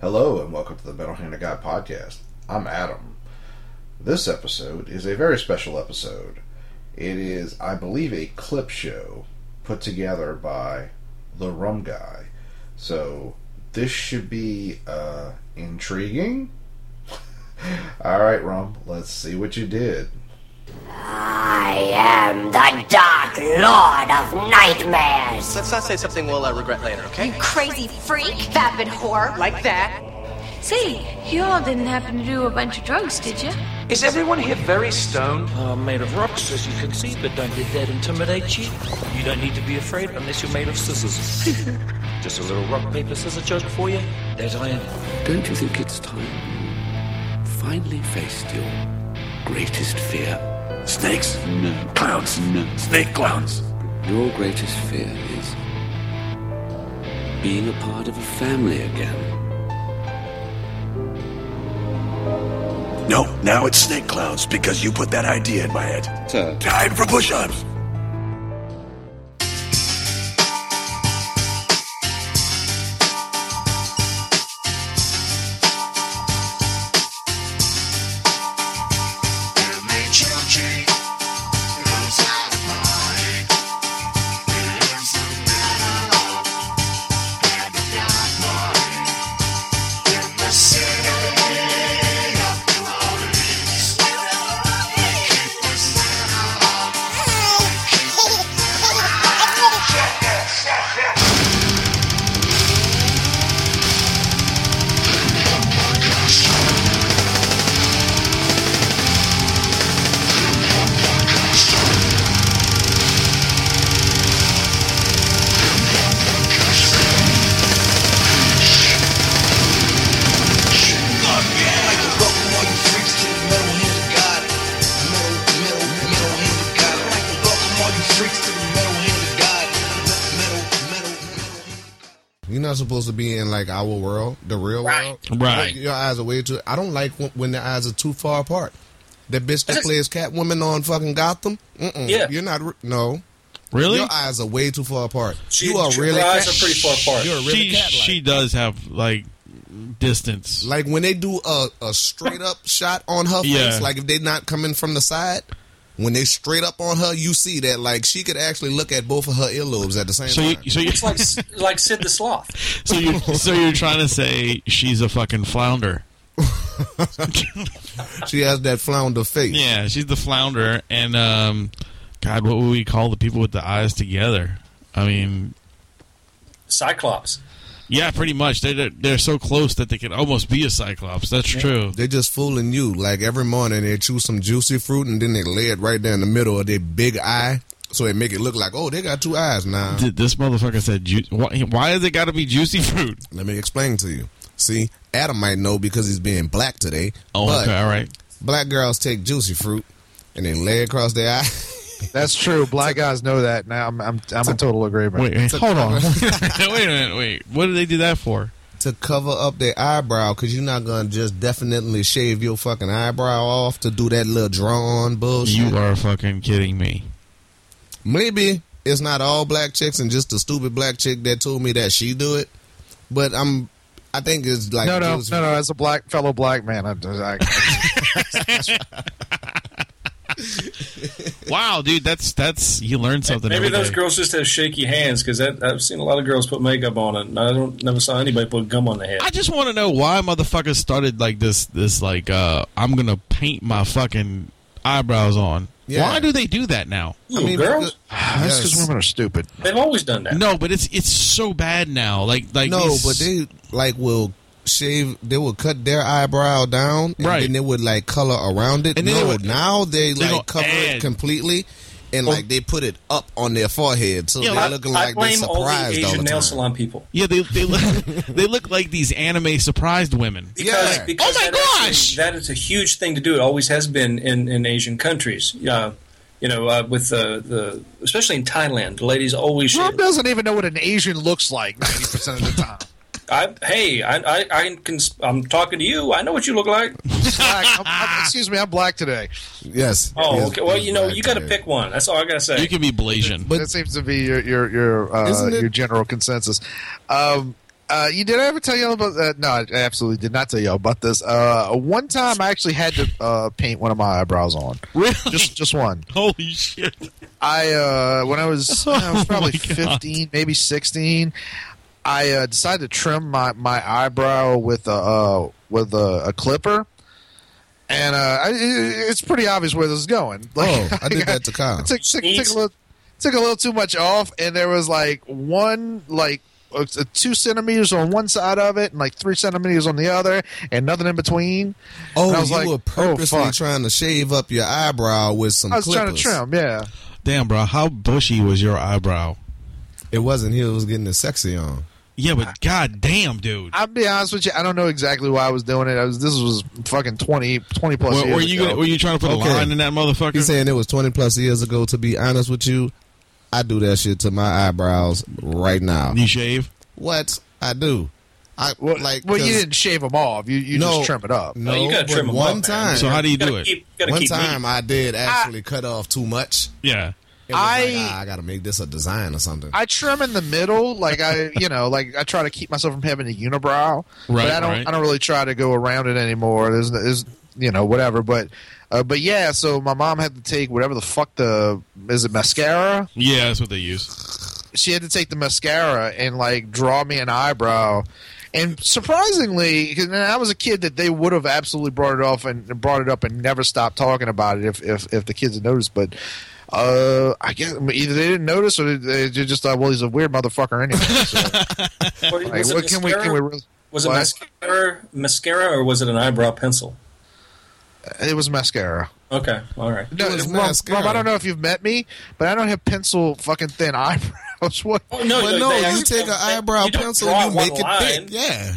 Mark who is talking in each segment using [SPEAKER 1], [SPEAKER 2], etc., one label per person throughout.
[SPEAKER 1] Hello, and welcome to the Metal Hand of God podcast. I'm Adam. This episode is a very special episode. It is, I believe, a clip show put together by the Rum Guy. So this should be uh, intriguing. All right, Rum, let's see what you did.
[SPEAKER 2] I am the Dark Lord of Nightmares.
[SPEAKER 3] Let's not say something we'll uh, regret later, okay?
[SPEAKER 4] crazy freak, vapid whore.
[SPEAKER 3] Like that.
[SPEAKER 5] See, you all didn't happen to do a bunch of drugs, did you?
[SPEAKER 6] Is everyone here very stoned?
[SPEAKER 7] are made of rocks, as you can see, but don't let that intimidate you. You don't need to be afraid unless you're made of scissors. Just a little rock, paper, scissors joke for you. That I am.
[SPEAKER 8] Don't you think it's time you finally faced your greatest fear? Snakes? No. Clowns? No. Snake clowns? Your greatest fear is being a part of a family again.
[SPEAKER 9] No, now it's snake clowns because you put that idea in my head.
[SPEAKER 8] So,
[SPEAKER 9] Time for push ups.
[SPEAKER 10] You're not supposed to be in like our world, the real world.
[SPEAKER 11] Right.
[SPEAKER 10] Like, your eyes are way too. I don't like when, when the eyes are too far apart. That bitch that
[SPEAKER 6] That's-
[SPEAKER 10] plays Catwoman on fucking Gotham. Mm-mm.
[SPEAKER 6] Yeah.
[SPEAKER 10] You're not. re- No.
[SPEAKER 11] Really?
[SPEAKER 10] Your eyes are way too far apart.
[SPEAKER 6] She-
[SPEAKER 10] you are
[SPEAKER 6] her
[SPEAKER 10] really.
[SPEAKER 6] eyes
[SPEAKER 10] cat-
[SPEAKER 6] are pretty far apart.
[SPEAKER 10] You're really
[SPEAKER 11] she
[SPEAKER 10] cat-like.
[SPEAKER 11] she does have like distance.
[SPEAKER 10] Like when they do a, a straight up shot on her face,
[SPEAKER 11] Yeah.
[SPEAKER 10] like if they not coming from the side, when they straight up on her, you see that like she could actually look at both of her earlobes at the same
[SPEAKER 11] so you
[SPEAKER 10] time.
[SPEAKER 11] so you
[SPEAKER 6] It's like like Sid the Sloth.
[SPEAKER 11] so you so you're trying to say she's a fucking flounder.
[SPEAKER 10] she has that flounder face.
[SPEAKER 11] Yeah, she's the flounder and um god what would we call the people with the eyes together? I mean,
[SPEAKER 6] Cyclops.
[SPEAKER 11] yeah, pretty much. They they're, they're so close that they oh, could almost be a cyclops. That's true.
[SPEAKER 10] They just fooling you. Like every morning they chew some juicy fruit and then they lay it right there in the middle of their big eye, so they make it look like oh they got two eyes now.
[SPEAKER 11] Did this motherfucker said ju- why, why has it got to be juicy fruit?
[SPEAKER 10] Let me explain to you. See, Adam might know because he's being black today.
[SPEAKER 11] Oh,
[SPEAKER 10] but
[SPEAKER 11] okay, all right.
[SPEAKER 10] black girls take juicy fruit and then lay it across their eye.
[SPEAKER 12] That's true. Black guys know that. Now I'm I'm, I'm in total agreement.
[SPEAKER 11] Wait, wait hold on. wait a minute. Wait. What did they do that for?
[SPEAKER 10] to cover up their eyebrow because you're not gonna just definitely shave your fucking eyebrow off to do that little drawn bullshit.
[SPEAKER 11] You are fucking kidding me.
[SPEAKER 10] Maybe it's not all black chicks and just the stupid black chick that told me that she do it, but I'm. I think it's like
[SPEAKER 12] no, no,
[SPEAKER 10] just-
[SPEAKER 12] no, no. As a black fellow black man, I, I,
[SPEAKER 11] Wow, dude, that's that's you learned something.
[SPEAKER 6] Maybe
[SPEAKER 11] every
[SPEAKER 6] those
[SPEAKER 11] day.
[SPEAKER 6] girls just have shaky hands because I've seen a lot of girls put makeup on it, and I don't never saw anybody put gum on the head.
[SPEAKER 11] I just want to know why motherfuckers started like this. This like, uh, I'm gonna paint my fucking eyebrows on.
[SPEAKER 10] Yeah.
[SPEAKER 11] Why do they do that now?
[SPEAKER 6] Ooh,
[SPEAKER 10] I mean,
[SPEAKER 6] girls,
[SPEAKER 12] that's
[SPEAKER 10] Yes.
[SPEAKER 12] because women are stupid.
[SPEAKER 6] they've always done that.
[SPEAKER 11] No, but it's it's so bad now. Like like
[SPEAKER 10] no,
[SPEAKER 11] these-
[SPEAKER 10] but they like will shave. They will cut their eyebrow down, and
[SPEAKER 11] Right.
[SPEAKER 10] Then they would like color around it.
[SPEAKER 11] And then
[SPEAKER 10] no,
[SPEAKER 11] they would-
[SPEAKER 10] now they,
[SPEAKER 11] they gonna
[SPEAKER 10] like cover
[SPEAKER 11] add-
[SPEAKER 10] it completely, and like they put it up on their forehead, so
[SPEAKER 11] Yeah,
[SPEAKER 10] they're
[SPEAKER 6] I,
[SPEAKER 10] looking
[SPEAKER 6] I
[SPEAKER 10] like they're
[SPEAKER 6] blame all the
[SPEAKER 10] surprised
[SPEAKER 6] Asian
[SPEAKER 10] all the
[SPEAKER 6] nail
[SPEAKER 10] time.
[SPEAKER 6] salon people.
[SPEAKER 11] yeah they they look, they look like these anime surprised women.
[SPEAKER 6] Because,
[SPEAKER 10] Yeah.
[SPEAKER 6] because
[SPEAKER 11] Oh my
[SPEAKER 6] that actually-
[SPEAKER 11] gosh!
[SPEAKER 6] that is a huge thing to do. It always has been in, in Asian countries. Uh, you know, uh, with uh, the especially in Thailand, the ladies always.
[SPEAKER 12] Rob doesn't even know what an Asian looks like ninety percent of the time.
[SPEAKER 6] I, hey, I, I, I can, I'm talking to you. I know what you look like.
[SPEAKER 12] Black. I'm- I'm- excuse me, I'm black today.
[SPEAKER 10] Yes.
[SPEAKER 6] Oh,
[SPEAKER 10] Yes,
[SPEAKER 6] okay. Well,
[SPEAKER 10] yes,
[SPEAKER 6] you know,
[SPEAKER 10] black
[SPEAKER 6] you got to
[SPEAKER 10] hair.
[SPEAKER 6] pick one. That's all I got to say.
[SPEAKER 11] You can be Blasian.
[SPEAKER 12] that seems to be your your your uh,
[SPEAKER 10] Isn't it-
[SPEAKER 12] your general consensus. Um,
[SPEAKER 10] Uh, you did I ever tell y'all about that? No, I absolutely did not tell y'all about this. Uh, one time I actually had to uh, paint one of my eyebrows on.
[SPEAKER 3] Really?
[SPEAKER 10] Just just one.
[SPEAKER 3] Holy shit!
[SPEAKER 10] I uh, when I was I was
[SPEAKER 3] Oh
[SPEAKER 10] probably
[SPEAKER 3] my God.
[SPEAKER 10] fifteen, maybe sixteen. I uh, decided to trim my, my eyebrow with a uh, with a, a clipper, and uh, I, it- it's pretty obvious where this is going.
[SPEAKER 13] Oh, I did that to Kyle.
[SPEAKER 10] I took, took, took a little, took a little too much off, and there was like one like uh, two centimeters on one side of it, and like three centimeters on the other, and nothing in between.
[SPEAKER 13] Oh,
[SPEAKER 10] and I was
[SPEAKER 13] you
[SPEAKER 10] like,
[SPEAKER 13] were purposely
[SPEAKER 10] oh, fuck.
[SPEAKER 13] trying to shave up your eyebrow with some.
[SPEAKER 10] I was trying
[SPEAKER 13] clippers.
[SPEAKER 10] to trim, yeah.
[SPEAKER 3] Damn, bro, how bushy was your eyebrow?
[SPEAKER 13] It wasn't. He was getting the sexy on.
[SPEAKER 3] Yeah, but god damn, dude.
[SPEAKER 10] I'll be honest with you. I don't know exactly why I was doing it. I was this was fucking 20, 20 plus
[SPEAKER 3] Were,
[SPEAKER 10] years
[SPEAKER 3] were you
[SPEAKER 10] ago.
[SPEAKER 3] gonna, were you trying to put
[SPEAKER 13] Okay.
[SPEAKER 3] a line in that motherfucker?
[SPEAKER 13] He's saying it was twenty plus years ago. To be honest with you, I do that shit to my eyebrows right now.
[SPEAKER 3] you shave?
[SPEAKER 13] What I do, I
[SPEAKER 10] well,
[SPEAKER 13] like.
[SPEAKER 10] well, you
[SPEAKER 13] 'cause-
[SPEAKER 10] didn't shave them off. You you
[SPEAKER 13] No.
[SPEAKER 10] just trim it up.
[SPEAKER 13] No,
[SPEAKER 6] Oh, you gotta
[SPEAKER 13] but
[SPEAKER 6] trim 'em
[SPEAKER 13] one
[SPEAKER 6] up, man.
[SPEAKER 13] time.
[SPEAKER 3] So how do you do
[SPEAKER 6] Gotta
[SPEAKER 3] it?
[SPEAKER 6] keep- gotta
[SPEAKER 13] One
[SPEAKER 6] keep
[SPEAKER 13] time I did actually cut off too much.
[SPEAKER 3] Yeah.
[SPEAKER 13] It was like,
[SPEAKER 10] I-
[SPEAKER 13] "Ah, I got to make this a design or something.
[SPEAKER 10] I trim in the middle, like I, you know, like I try to keep myself from having a unibrow.
[SPEAKER 3] Right,
[SPEAKER 10] But I don't,
[SPEAKER 3] right.
[SPEAKER 10] I don't really try to go around it anymore. There's, there's, you know, whatever. But, uh, but yeah. So my mom had to take whatever the fuck the is it mascara?
[SPEAKER 3] Yeah, that's what they use.
[SPEAKER 10] she had to take the mascara and like draw me an eyebrow. And surprisingly, 'cause when I was a kid that they would have absolutely brought it off and brought it up and never stopped talking about it if if, if the kids had noticed. But uh, I guess either they didn't notice or they they just thought, well, he's a weird motherfucker anyway. So,
[SPEAKER 6] What,
[SPEAKER 10] like,
[SPEAKER 6] was it
[SPEAKER 10] what can we can
[SPEAKER 6] mascara?
[SPEAKER 10] we? Really,
[SPEAKER 6] Was it
[SPEAKER 10] what?
[SPEAKER 6] mascara, mascara or was it an eyebrow pencil?
[SPEAKER 10] It was mascara.
[SPEAKER 6] Okay, all right.
[SPEAKER 10] No,
[SPEAKER 13] It was
[SPEAKER 10] Rob,
[SPEAKER 13] mascara.
[SPEAKER 10] Rob, I don't know if you've met me, but I don't have pencil fucking thin eyebrows. What?
[SPEAKER 6] Oh, no,
[SPEAKER 13] but
[SPEAKER 6] no,
[SPEAKER 13] no,
[SPEAKER 6] they
[SPEAKER 13] you
[SPEAKER 6] actually-
[SPEAKER 13] take an
[SPEAKER 6] they-
[SPEAKER 13] eyebrow
[SPEAKER 6] you don't
[SPEAKER 13] pencil
[SPEAKER 6] draw
[SPEAKER 13] and you
[SPEAKER 6] one
[SPEAKER 13] make it
[SPEAKER 6] line.
[SPEAKER 13] thick. Yeah.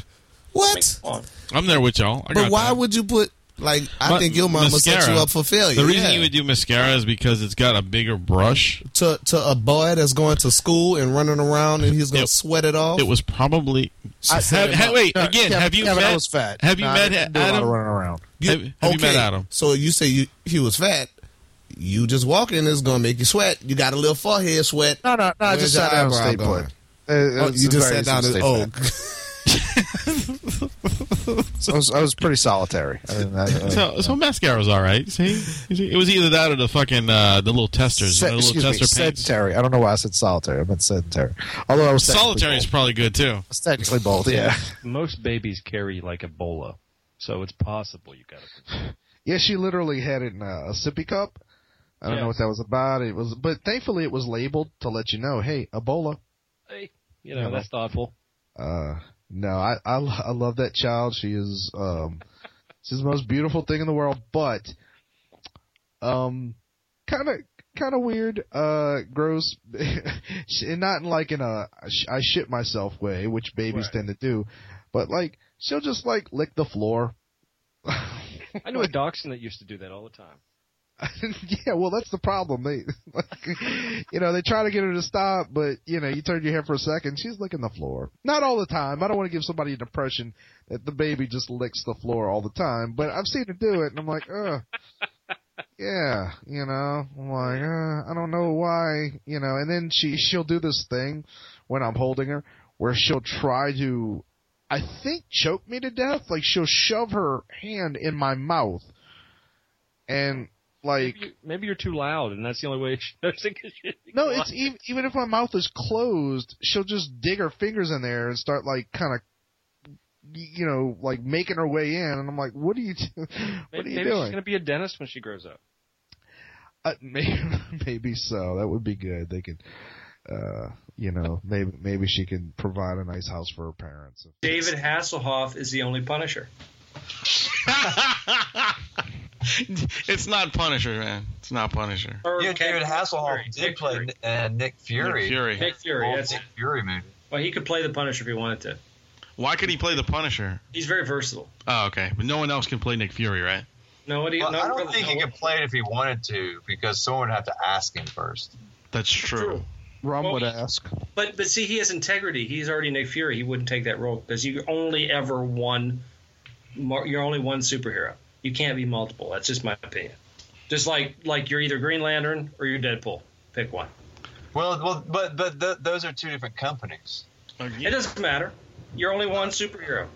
[SPEAKER 13] What?
[SPEAKER 6] Come on.
[SPEAKER 3] I'm there with y'all. I
[SPEAKER 13] But
[SPEAKER 3] got
[SPEAKER 13] why
[SPEAKER 3] that.
[SPEAKER 13] would you put like? I
[SPEAKER 3] But
[SPEAKER 13] think your mama set
[SPEAKER 3] mascara-
[SPEAKER 13] you up for failure.
[SPEAKER 3] The reason
[SPEAKER 13] yeah.
[SPEAKER 3] you would do mascara is because it's got a bigger brush.
[SPEAKER 13] to to a boy that's going to school and running around and he's gonna
[SPEAKER 3] It-
[SPEAKER 13] sweat it off.
[SPEAKER 3] It was probably.
[SPEAKER 13] She set
[SPEAKER 3] Have-
[SPEAKER 13] him
[SPEAKER 3] have-
[SPEAKER 13] up.
[SPEAKER 3] wait
[SPEAKER 10] No,
[SPEAKER 3] again.
[SPEAKER 10] Kevin-
[SPEAKER 3] have you
[SPEAKER 10] Kevin,
[SPEAKER 3] met?
[SPEAKER 10] I was fat.
[SPEAKER 3] Have you
[SPEAKER 10] No, I
[SPEAKER 3] met
[SPEAKER 10] didn't do a lot of
[SPEAKER 3] Adam?
[SPEAKER 10] running around?
[SPEAKER 3] Have, have you met Adam?
[SPEAKER 13] So you say you he was fat. You just walking is gonna make you sweat. You got a little forehead sweat.
[SPEAKER 10] No, no, no. I
[SPEAKER 13] Where's
[SPEAKER 10] just
[SPEAKER 13] your
[SPEAKER 10] sat down and
[SPEAKER 13] eyebrow
[SPEAKER 10] stayed
[SPEAKER 13] going?
[SPEAKER 10] put. Uh,
[SPEAKER 13] Oh, you just sat down and oh,
[SPEAKER 10] So I was, I was pretty solitary. I uh, didn't- I- I-
[SPEAKER 3] So, so mascara was all right. See, You see? it was either that or the fucking uh, the little testers,
[SPEAKER 10] Se-
[SPEAKER 3] you know, the
[SPEAKER 10] excuse
[SPEAKER 3] little
[SPEAKER 10] me,
[SPEAKER 3] tester paints.
[SPEAKER 10] sedentary. I don't know why I said solitary. I meant sedentary. Although I was technically
[SPEAKER 3] Solitary is
[SPEAKER 10] bold.
[SPEAKER 3] probably good too.
[SPEAKER 10] I was technically bold. Yeah.
[SPEAKER 14] Most babies carry like Ebola, so it's possible you got it.
[SPEAKER 10] Yeah, she literally had it in uh, a, a sippy cup. I don't know what that was about. It was, but thankfully it was labeled to let you know, hey, Ebola.
[SPEAKER 14] Hey, you know that's thoughtful.
[SPEAKER 10] Uh, no, I, I, lo- I love that child. She is, um, she's the most beautiful thing in the world, but, um, kind of, kind of weird, uh, gross, She- and not in like in a, I sh- I shit myself way, which babies tend to do, but like, she'll just like lick the floor.
[SPEAKER 14] I knew a dachshund that used to do that all the time.
[SPEAKER 10] yeah, well, that's the problem. They, like, you know, they try to get her to stop, but you know, you turn your head for a second, she's licking the floor. Not all the time. I don't want to give somebody an impression that the baby just licks the floor all the time, but I've seen her do it, and I'm like, ugh. Yeah, you know, I'm like, uh, I don't know why, you know, and then she she'll do this thing when I'm holding her where she'll try to, I think, choke me to death. Like she'll shove her hand in my mouth, and like
[SPEAKER 14] Maybe, you, maybe you're too loud, and that's the only way she knows it. 'cause you-
[SPEAKER 10] no, it's even, even if my mouth is closed, she'll just dig her fingers in there and start like kind of, you know, like making her way in. And I'm like, what are you, do- what are
[SPEAKER 14] Maybe,
[SPEAKER 10] you
[SPEAKER 14] maybe she's
[SPEAKER 10] doing?
[SPEAKER 14] gonna be a dentist when she grows up.
[SPEAKER 10] Uh, maybe, maybe so. That would be good. They could, uh, you know, maybe maybe she can provide a nice house for her parents.
[SPEAKER 6] David Hasselhoff is the only Punisher.
[SPEAKER 3] it's not Punisher, man. It's not Punisher.
[SPEAKER 6] Or
[SPEAKER 15] Yeah, David Hasselhoff
[SPEAKER 6] Fury,
[SPEAKER 15] did
[SPEAKER 6] Nick
[SPEAKER 15] play
[SPEAKER 6] Fury.
[SPEAKER 15] uh, Nick Fury.
[SPEAKER 3] Nick Fury.
[SPEAKER 6] Nick Fury,
[SPEAKER 15] Old
[SPEAKER 6] that's
[SPEAKER 15] Nick
[SPEAKER 6] it.
[SPEAKER 15] Fury movie.
[SPEAKER 6] Well, he could play the Punisher if he wanted to.
[SPEAKER 3] Why could he play the Punisher?
[SPEAKER 6] He's very versatile.
[SPEAKER 3] Oh, okay. But no one else can play Nick Fury, right?
[SPEAKER 6] No, what do you?
[SPEAKER 15] Well,
[SPEAKER 6] no,
[SPEAKER 15] I don't
[SPEAKER 6] really,
[SPEAKER 15] think
[SPEAKER 6] no,
[SPEAKER 15] he could play it if he wanted to because someone would have to ask him first.
[SPEAKER 3] That's true.
[SPEAKER 6] True.
[SPEAKER 10] Rum
[SPEAKER 6] Well,
[SPEAKER 10] would
[SPEAKER 6] we-
[SPEAKER 10] ask.
[SPEAKER 6] But but see, he has integrity. He's already Nick Fury. He wouldn't take that role because you only ever one. mar- You're only one superhero. You can't be multiple. That's just my opinion. Just like like you're either Green Lantern or you're Deadpool. Pick one.
[SPEAKER 15] Well, well, but but th- those are two different companies.
[SPEAKER 6] It doesn't matter. You're only one superhero.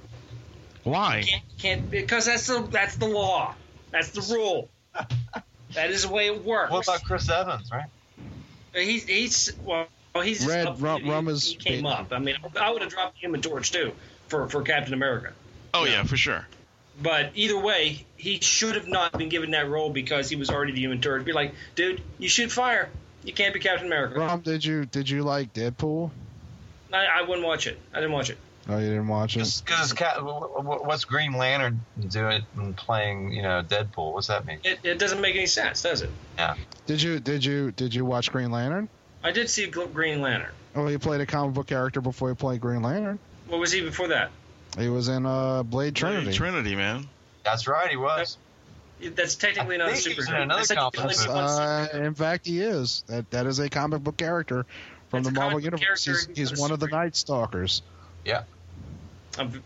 [SPEAKER 3] Why?
[SPEAKER 6] Can't because that's the that's the law. That's the rule. that is the way it works.
[SPEAKER 15] What about Chris Evans, right?
[SPEAKER 6] He's he's well he's just
[SPEAKER 10] Red
[SPEAKER 6] up-
[SPEAKER 10] Rum-
[SPEAKER 6] he-
[SPEAKER 10] Rumma's-
[SPEAKER 6] he came up. I mean, I would have dropped him a torch too for for Captain America.
[SPEAKER 3] Oh yeah, for sure.
[SPEAKER 6] But either way, he should have not been given that role because he was already the Human Torch. Be like, dude, you should fire. You can't be Captain America.
[SPEAKER 10] Rom, did you did you like Deadpool?
[SPEAKER 6] I, I wouldn't watch it. I didn't watch it.
[SPEAKER 10] No, Oh, you didn't watch it.
[SPEAKER 15] Because what's Green Lantern doing and playing, you know, Deadpool? What's that mean?
[SPEAKER 6] It, it doesn't make any sense, does it?
[SPEAKER 15] Yeah.
[SPEAKER 10] Did you did you did you watch Green Lantern?
[SPEAKER 6] I did see Gl- Green Lantern.
[SPEAKER 10] Oh, he played a comic book character before he played Green Lantern.
[SPEAKER 6] What was he before that?
[SPEAKER 10] He was in uh, Blade Trinity.
[SPEAKER 3] Trinity, man.
[SPEAKER 15] That's right, he was.
[SPEAKER 6] That's technically not a
[SPEAKER 15] think he was
[SPEAKER 6] superhero.
[SPEAKER 15] in another
[SPEAKER 6] That's like
[SPEAKER 15] comic
[SPEAKER 6] only
[SPEAKER 10] That's,
[SPEAKER 6] one
[SPEAKER 10] uh, in fact, he is. That that is a comic book character from the Marvel universe. He's, he's one of the Night Stalkers.
[SPEAKER 15] Yeah.
[SPEAKER 6] I'm,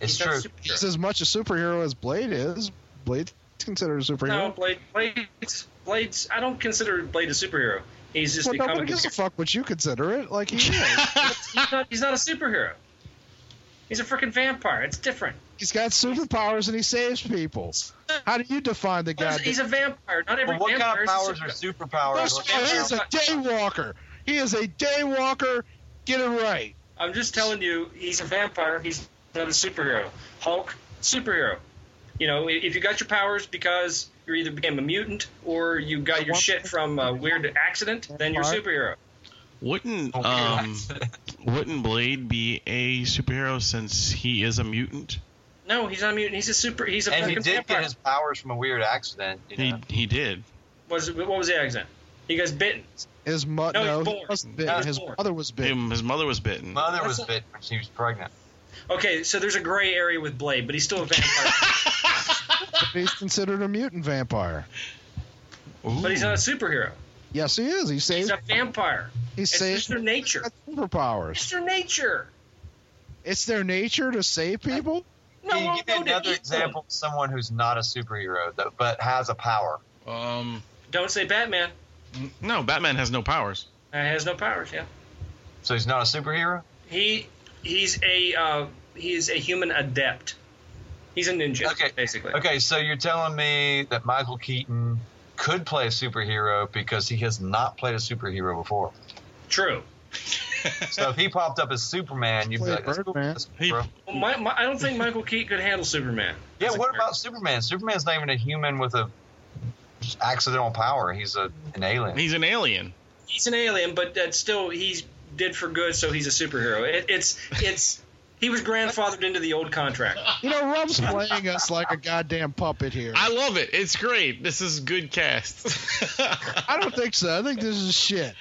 [SPEAKER 15] it's
[SPEAKER 6] Um, not a
[SPEAKER 15] true.
[SPEAKER 10] He's as much a superhero as Blade is. Blade's considered a superhero.
[SPEAKER 6] No, Blade, Blade's, Blade's. I don't consider Blade a superhero. He's just
[SPEAKER 10] well,
[SPEAKER 6] a
[SPEAKER 10] nobody
[SPEAKER 6] comic. book
[SPEAKER 10] gives a fuck what you consider it. Like he is.
[SPEAKER 6] character. He's not, he's not a superhero. He's a freaking vampire. It's different.
[SPEAKER 10] he's got superpowers and he saves people. How do you define the guy?
[SPEAKER 6] He's, he's a vampire. Not every
[SPEAKER 15] Well, what kind
[SPEAKER 6] vampire
[SPEAKER 15] of powers are
[SPEAKER 6] is a superhero.
[SPEAKER 15] superpowers?
[SPEAKER 10] First of all, he is a daywalker. He is a daywalker. Get it right.
[SPEAKER 6] I'm just telling you, he's a vampire. He's not a superhero. Hulk, superhero. You know, i- if you got your powers because you either became a mutant or you got your shit from a weird accident, then you're a superhero.
[SPEAKER 3] Wouldn't um, wouldn't Blade be a superhero since he is a mutant?
[SPEAKER 6] No, he's not a mutant. He's a super. He's a
[SPEAKER 15] and he
[SPEAKER 6] fucking
[SPEAKER 15] did
[SPEAKER 6] vampire.
[SPEAKER 15] get his powers from a weird accident. You know?
[SPEAKER 3] He he did.
[SPEAKER 6] Was what was the accident? He gets bitten.
[SPEAKER 10] His mother.
[SPEAKER 6] No, he's
[SPEAKER 10] No,
[SPEAKER 6] born.
[SPEAKER 10] he wasn't
[SPEAKER 6] No,
[SPEAKER 10] bitten.
[SPEAKER 6] he's
[SPEAKER 10] His
[SPEAKER 6] born.
[SPEAKER 10] mother was bitten.
[SPEAKER 3] Him- his mother was bitten.
[SPEAKER 15] Mother
[SPEAKER 6] That's
[SPEAKER 15] was
[SPEAKER 6] not-
[SPEAKER 15] bit when she was pregnant.
[SPEAKER 6] Okay, so there's a gray area with Blade, but he's still a vampire.
[SPEAKER 10] He's considered a mutant vampire.
[SPEAKER 6] but he's not a superhero.
[SPEAKER 10] Yes, he is. He saves.
[SPEAKER 6] He's a vampire.
[SPEAKER 10] He
[SPEAKER 6] it's
[SPEAKER 10] saves
[SPEAKER 6] just their nature.
[SPEAKER 10] superpowers.
[SPEAKER 6] It's their nature.
[SPEAKER 10] It's their nature to save people.
[SPEAKER 6] No,
[SPEAKER 15] Can you
[SPEAKER 6] well,
[SPEAKER 15] give me
[SPEAKER 6] no, to
[SPEAKER 15] another
[SPEAKER 6] eat
[SPEAKER 15] example of someone who's not a superhero that, but has a power?
[SPEAKER 3] Um,
[SPEAKER 6] them. Don't say Batman.
[SPEAKER 3] no, Batman has no powers.
[SPEAKER 6] Uh, has no powers. Yeah.
[SPEAKER 15] so he's not a superhero.
[SPEAKER 6] He he's a uh, he is a human adept. He's a ninja, basically.
[SPEAKER 15] Okay, so you're telling me that Michael Keaton could play a superhero because he has not played a superhero before.
[SPEAKER 6] True.
[SPEAKER 15] so if he popped up as Superman, you'd be like, that's cool, that's cool, bro.
[SPEAKER 6] Well, my, my, I don't think Michael Keaton could handle Superman.
[SPEAKER 15] Yeah, what about Superman? Superman's not even a human with a accidental power. He's a, an alien.
[SPEAKER 3] He's an alien.
[SPEAKER 6] He's an alien, but that's still he's did for good, so he's a superhero. It, it's it's he was grandfathered into the old contract.
[SPEAKER 10] You know, Rum's playing us like a goddamn puppet here.
[SPEAKER 3] I love it. It's great. This is good cast.
[SPEAKER 10] I don't think so. I think this is shit.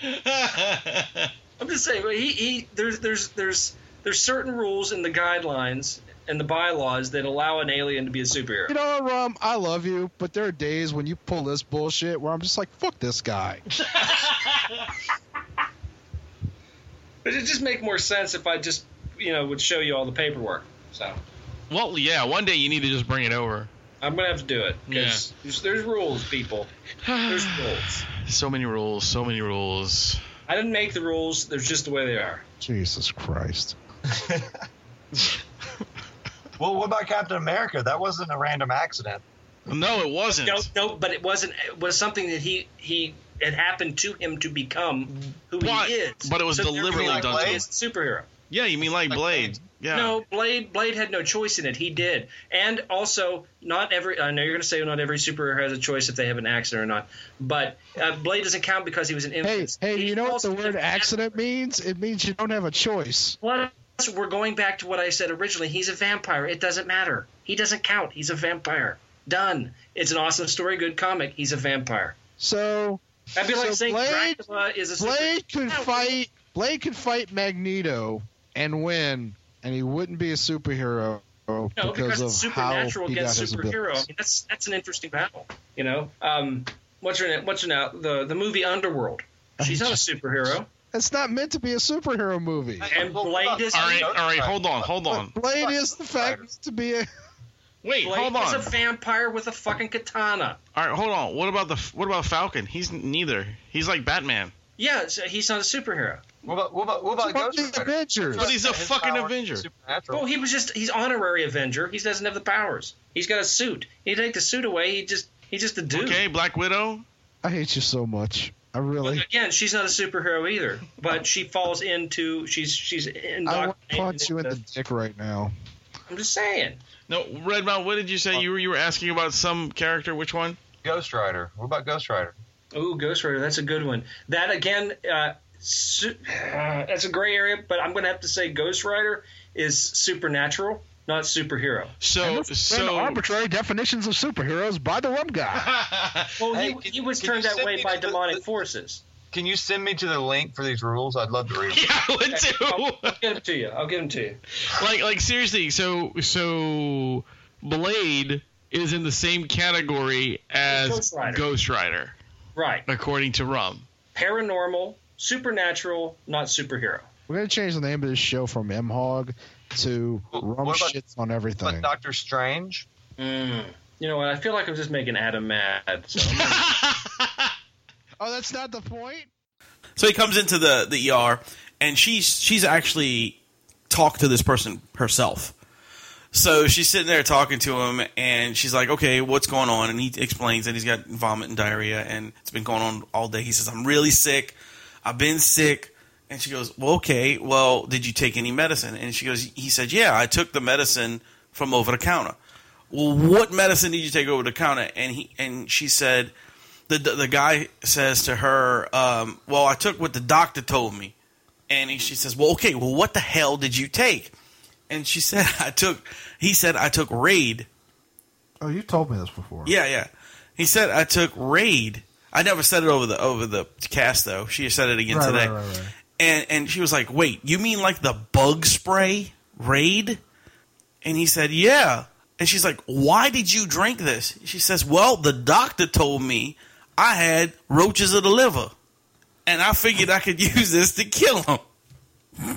[SPEAKER 6] I'm just saying, but he, he there's there's there's there's certain rules in the guidelines and the bylaws that allow an alien to be a superhero.
[SPEAKER 10] You know, what, Rum, I love you, but there are days when you pull this bullshit where I'm just like, fuck this guy.
[SPEAKER 6] But it just make more sense if I just you know would show you all the paperwork. So
[SPEAKER 3] well, yeah. One day you need to just bring it over.
[SPEAKER 6] I'm gonna have to do it because there's, there's rules, people. There's rules.
[SPEAKER 3] So many rules. So many rules.
[SPEAKER 6] I didn't make the rules. There's just the way they are.
[SPEAKER 10] Jesus Christ.
[SPEAKER 15] Well, what about Captain America? That wasn't a random accident.
[SPEAKER 3] No, it wasn't.
[SPEAKER 6] No, no, but it wasn't. It was something that he he it happened to him to become who
[SPEAKER 3] But-
[SPEAKER 6] he is.
[SPEAKER 3] but it was
[SPEAKER 6] therefore
[SPEAKER 3] deliberately
[SPEAKER 6] he
[SPEAKER 3] done to him.
[SPEAKER 6] is a superhero.
[SPEAKER 3] Yeah, you mean like, Blade? Yeah.
[SPEAKER 6] No, Blade. Blade had no choice in it. He did, and also not every. I know you're going to say not every superhero has a choice if they have an accident or not, but uh, Blade doesn't count because he was an
[SPEAKER 10] Hey,
[SPEAKER 6] infant.
[SPEAKER 10] hey, you know what the
[SPEAKER 6] also
[SPEAKER 10] word accident means? It means you don't have a choice.
[SPEAKER 6] Plus, we're going back to what I said originally. He's a vampire. It doesn't matter. He doesn't count. He's a vampire. Done. It's an awesome story. Good comic. He's a vampire.
[SPEAKER 10] So
[SPEAKER 6] That'd be like
[SPEAKER 10] So
[SPEAKER 6] saying
[SPEAKER 10] Blade-
[SPEAKER 6] Dracula is a
[SPEAKER 10] Blade
[SPEAKER 6] super-
[SPEAKER 10] could
[SPEAKER 6] No,
[SPEAKER 10] fight Blade could fight Magneto and win, and he wouldn't be a superhero
[SPEAKER 6] No, because,
[SPEAKER 10] because, of
[SPEAKER 6] supernatural
[SPEAKER 10] how he
[SPEAKER 6] gets
[SPEAKER 10] got his
[SPEAKER 6] superhero. I
[SPEAKER 10] abilities.
[SPEAKER 6] mean, that's that's an interesting battle. You know, um, what's her name? What's her now? The the movie Underworld. She's not a superhero.
[SPEAKER 10] It's not meant to be a superhero movie.
[SPEAKER 6] And Blade is.
[SPEAKER 3] All right, all right. Hold on, hold on.
[SPEAKER 10] Blade is the fact to be a
[SPEAKER 3] Wait,
[SPEAKER 6] Blade
[SPEAKER 3] hold
[SPEAKER 6] is
[SPEAKER 3] on.
[SPEAKER 6] a vampire with a fucking katana.
[SPEAKER 3] All right, hold on. What about the What about Falcon? He's neither. He's like Batman.
[SPEAKER 6] Yeah, so he's not a superhero.
[SPEAKER 16] What about what about what
[SPEAKER 17] It's
[SPEAKER 16] about
[SPEAKER 17] about
[SPEAKER 16] Ghost
[SPEAKER 17] the
[SPEAKER 16] Rider?
[SPEAKER 17] Avengers. But he's a
[SPEAKER 16] His
[SPEAKER 17] fucking
[SPEAKER 16] powers are
[SPEAKER 17] Avenger.
[SPEAKER 16] supernatural.
[SPEAKER 17] Well, he was just he's honorary Avenger. He doesn't have the powers. He's got a suit. You take the suit away, he just he's just a dude.
[SPEAKER 18] Okay, Black Widow.
[SPEAKER 19] I hate you so much. I really.
[SPEAKER 17] Again, she's not a superhero either, but she falls into she's she's
[SPEAKER 19] I
[SPEAKER 17] indoctrinated.
[SPEAKER 19] want to punch you in the dick right now.
[SPEAKER 17] I'm just saying.
[SPEAKER 18] No, Red Mount. What did you say? You were you were asking about some character. Which one?
[SPEAKER 16] Ghost Rider. What about Ghost Rider?
[SPEAKER 17] Ooh, Ghost Rider. That's a good one. That again, uh, su- uh, that's a gray area, but I'm going to have to say Ghost Rider is supernatural, not superhero.
[SPEAKER 18] So,
[SPEAKER 20] And arbitrary definitions of superheroes by the web guy.
[SPEAKER 17] well,
[SPEAKER 16] Hey,
[SPEAKER 17] he,
[SPEAKER 16] can-
[SPEAKER 17] he was
[SPEAKER 16] can you
[SPEAKER 17] turned that
[SPEAKER 16] send
[SPEAKER 17] way
[SPEAKER 16] me
[SPEAKER 17] by
[SPEAKER 16] the-
[SPEAKER 17] demonic forces.
[SPEAKER 16] Can you send me to the link for these rules? I'd love to read them.
[SPEAKER 18] I would too.
[SPEAKER 17] I'll, I'll give them to you. I'll give them to you.
[SPEAKER 18] like like seriously so so blade is in the same category as
[SPEAKER 17] Ghost
[SPEAKER 18] ghost
[SPEAKER 17] Rider.
[SPEAKER 18] rider,
[SPEAKER 17] right
[SPEAKER 18] according to rum
[SPEAKER 17] Paranormal, supernatural, not superhero.
[SPEAKER 19] We're gonna change the name of this show from M Hog to Rum
[SPEAKER 17] what about-
[SPEAKER 19] Shits on Everything.
[SPEAKER 16] Doctor Strange.
[SPEAKER 17] Mm. You know what? I feel like I'm just making Adam mad. So I'm gonna-
[SPEAKER 19] Oh, that's not the point.
[SPEAKER 9] So he comes into the the ER, and she's she's actually talked to this person herself. So she's sitting there talking to him, and she's like, "Okay, what's going on?" And he explains that he's got vomit and diarrhea, and it's been going on all day. He says, "I'm really sick. I've been sick." And she goes, "Well, okay. Well, did you take any medicine?" And she goes, "He said, yeah, I took the medicine from over the counter." Well, what medicine did you take over the counter? And he and she said, the the, the guy says to her, um, "Well, I took what the doctor told me," and he, she says, "Well, okay. Well, what the hell did you take?" And she said, "I took." He said, "I took Raid."
[SPEAKER 21] Oh, you told me this before.
[SPEAKER 9] Yeah, yeah. He said, "I took Raid." I never said it over the over the cast though. She said it again
[SPEAKER 21] Right,
[SPEAKER 9] today,
[SPEAKER 21] right, right, right.
[SPEAKER 9] and and she was like, "Wait, you mean like the bug spray Raid?" And he said, Yeah. And she's like, Why did you drink this? She says, Well, the doctor told me I had roaches of the liver. And I figured I could use this to kill him.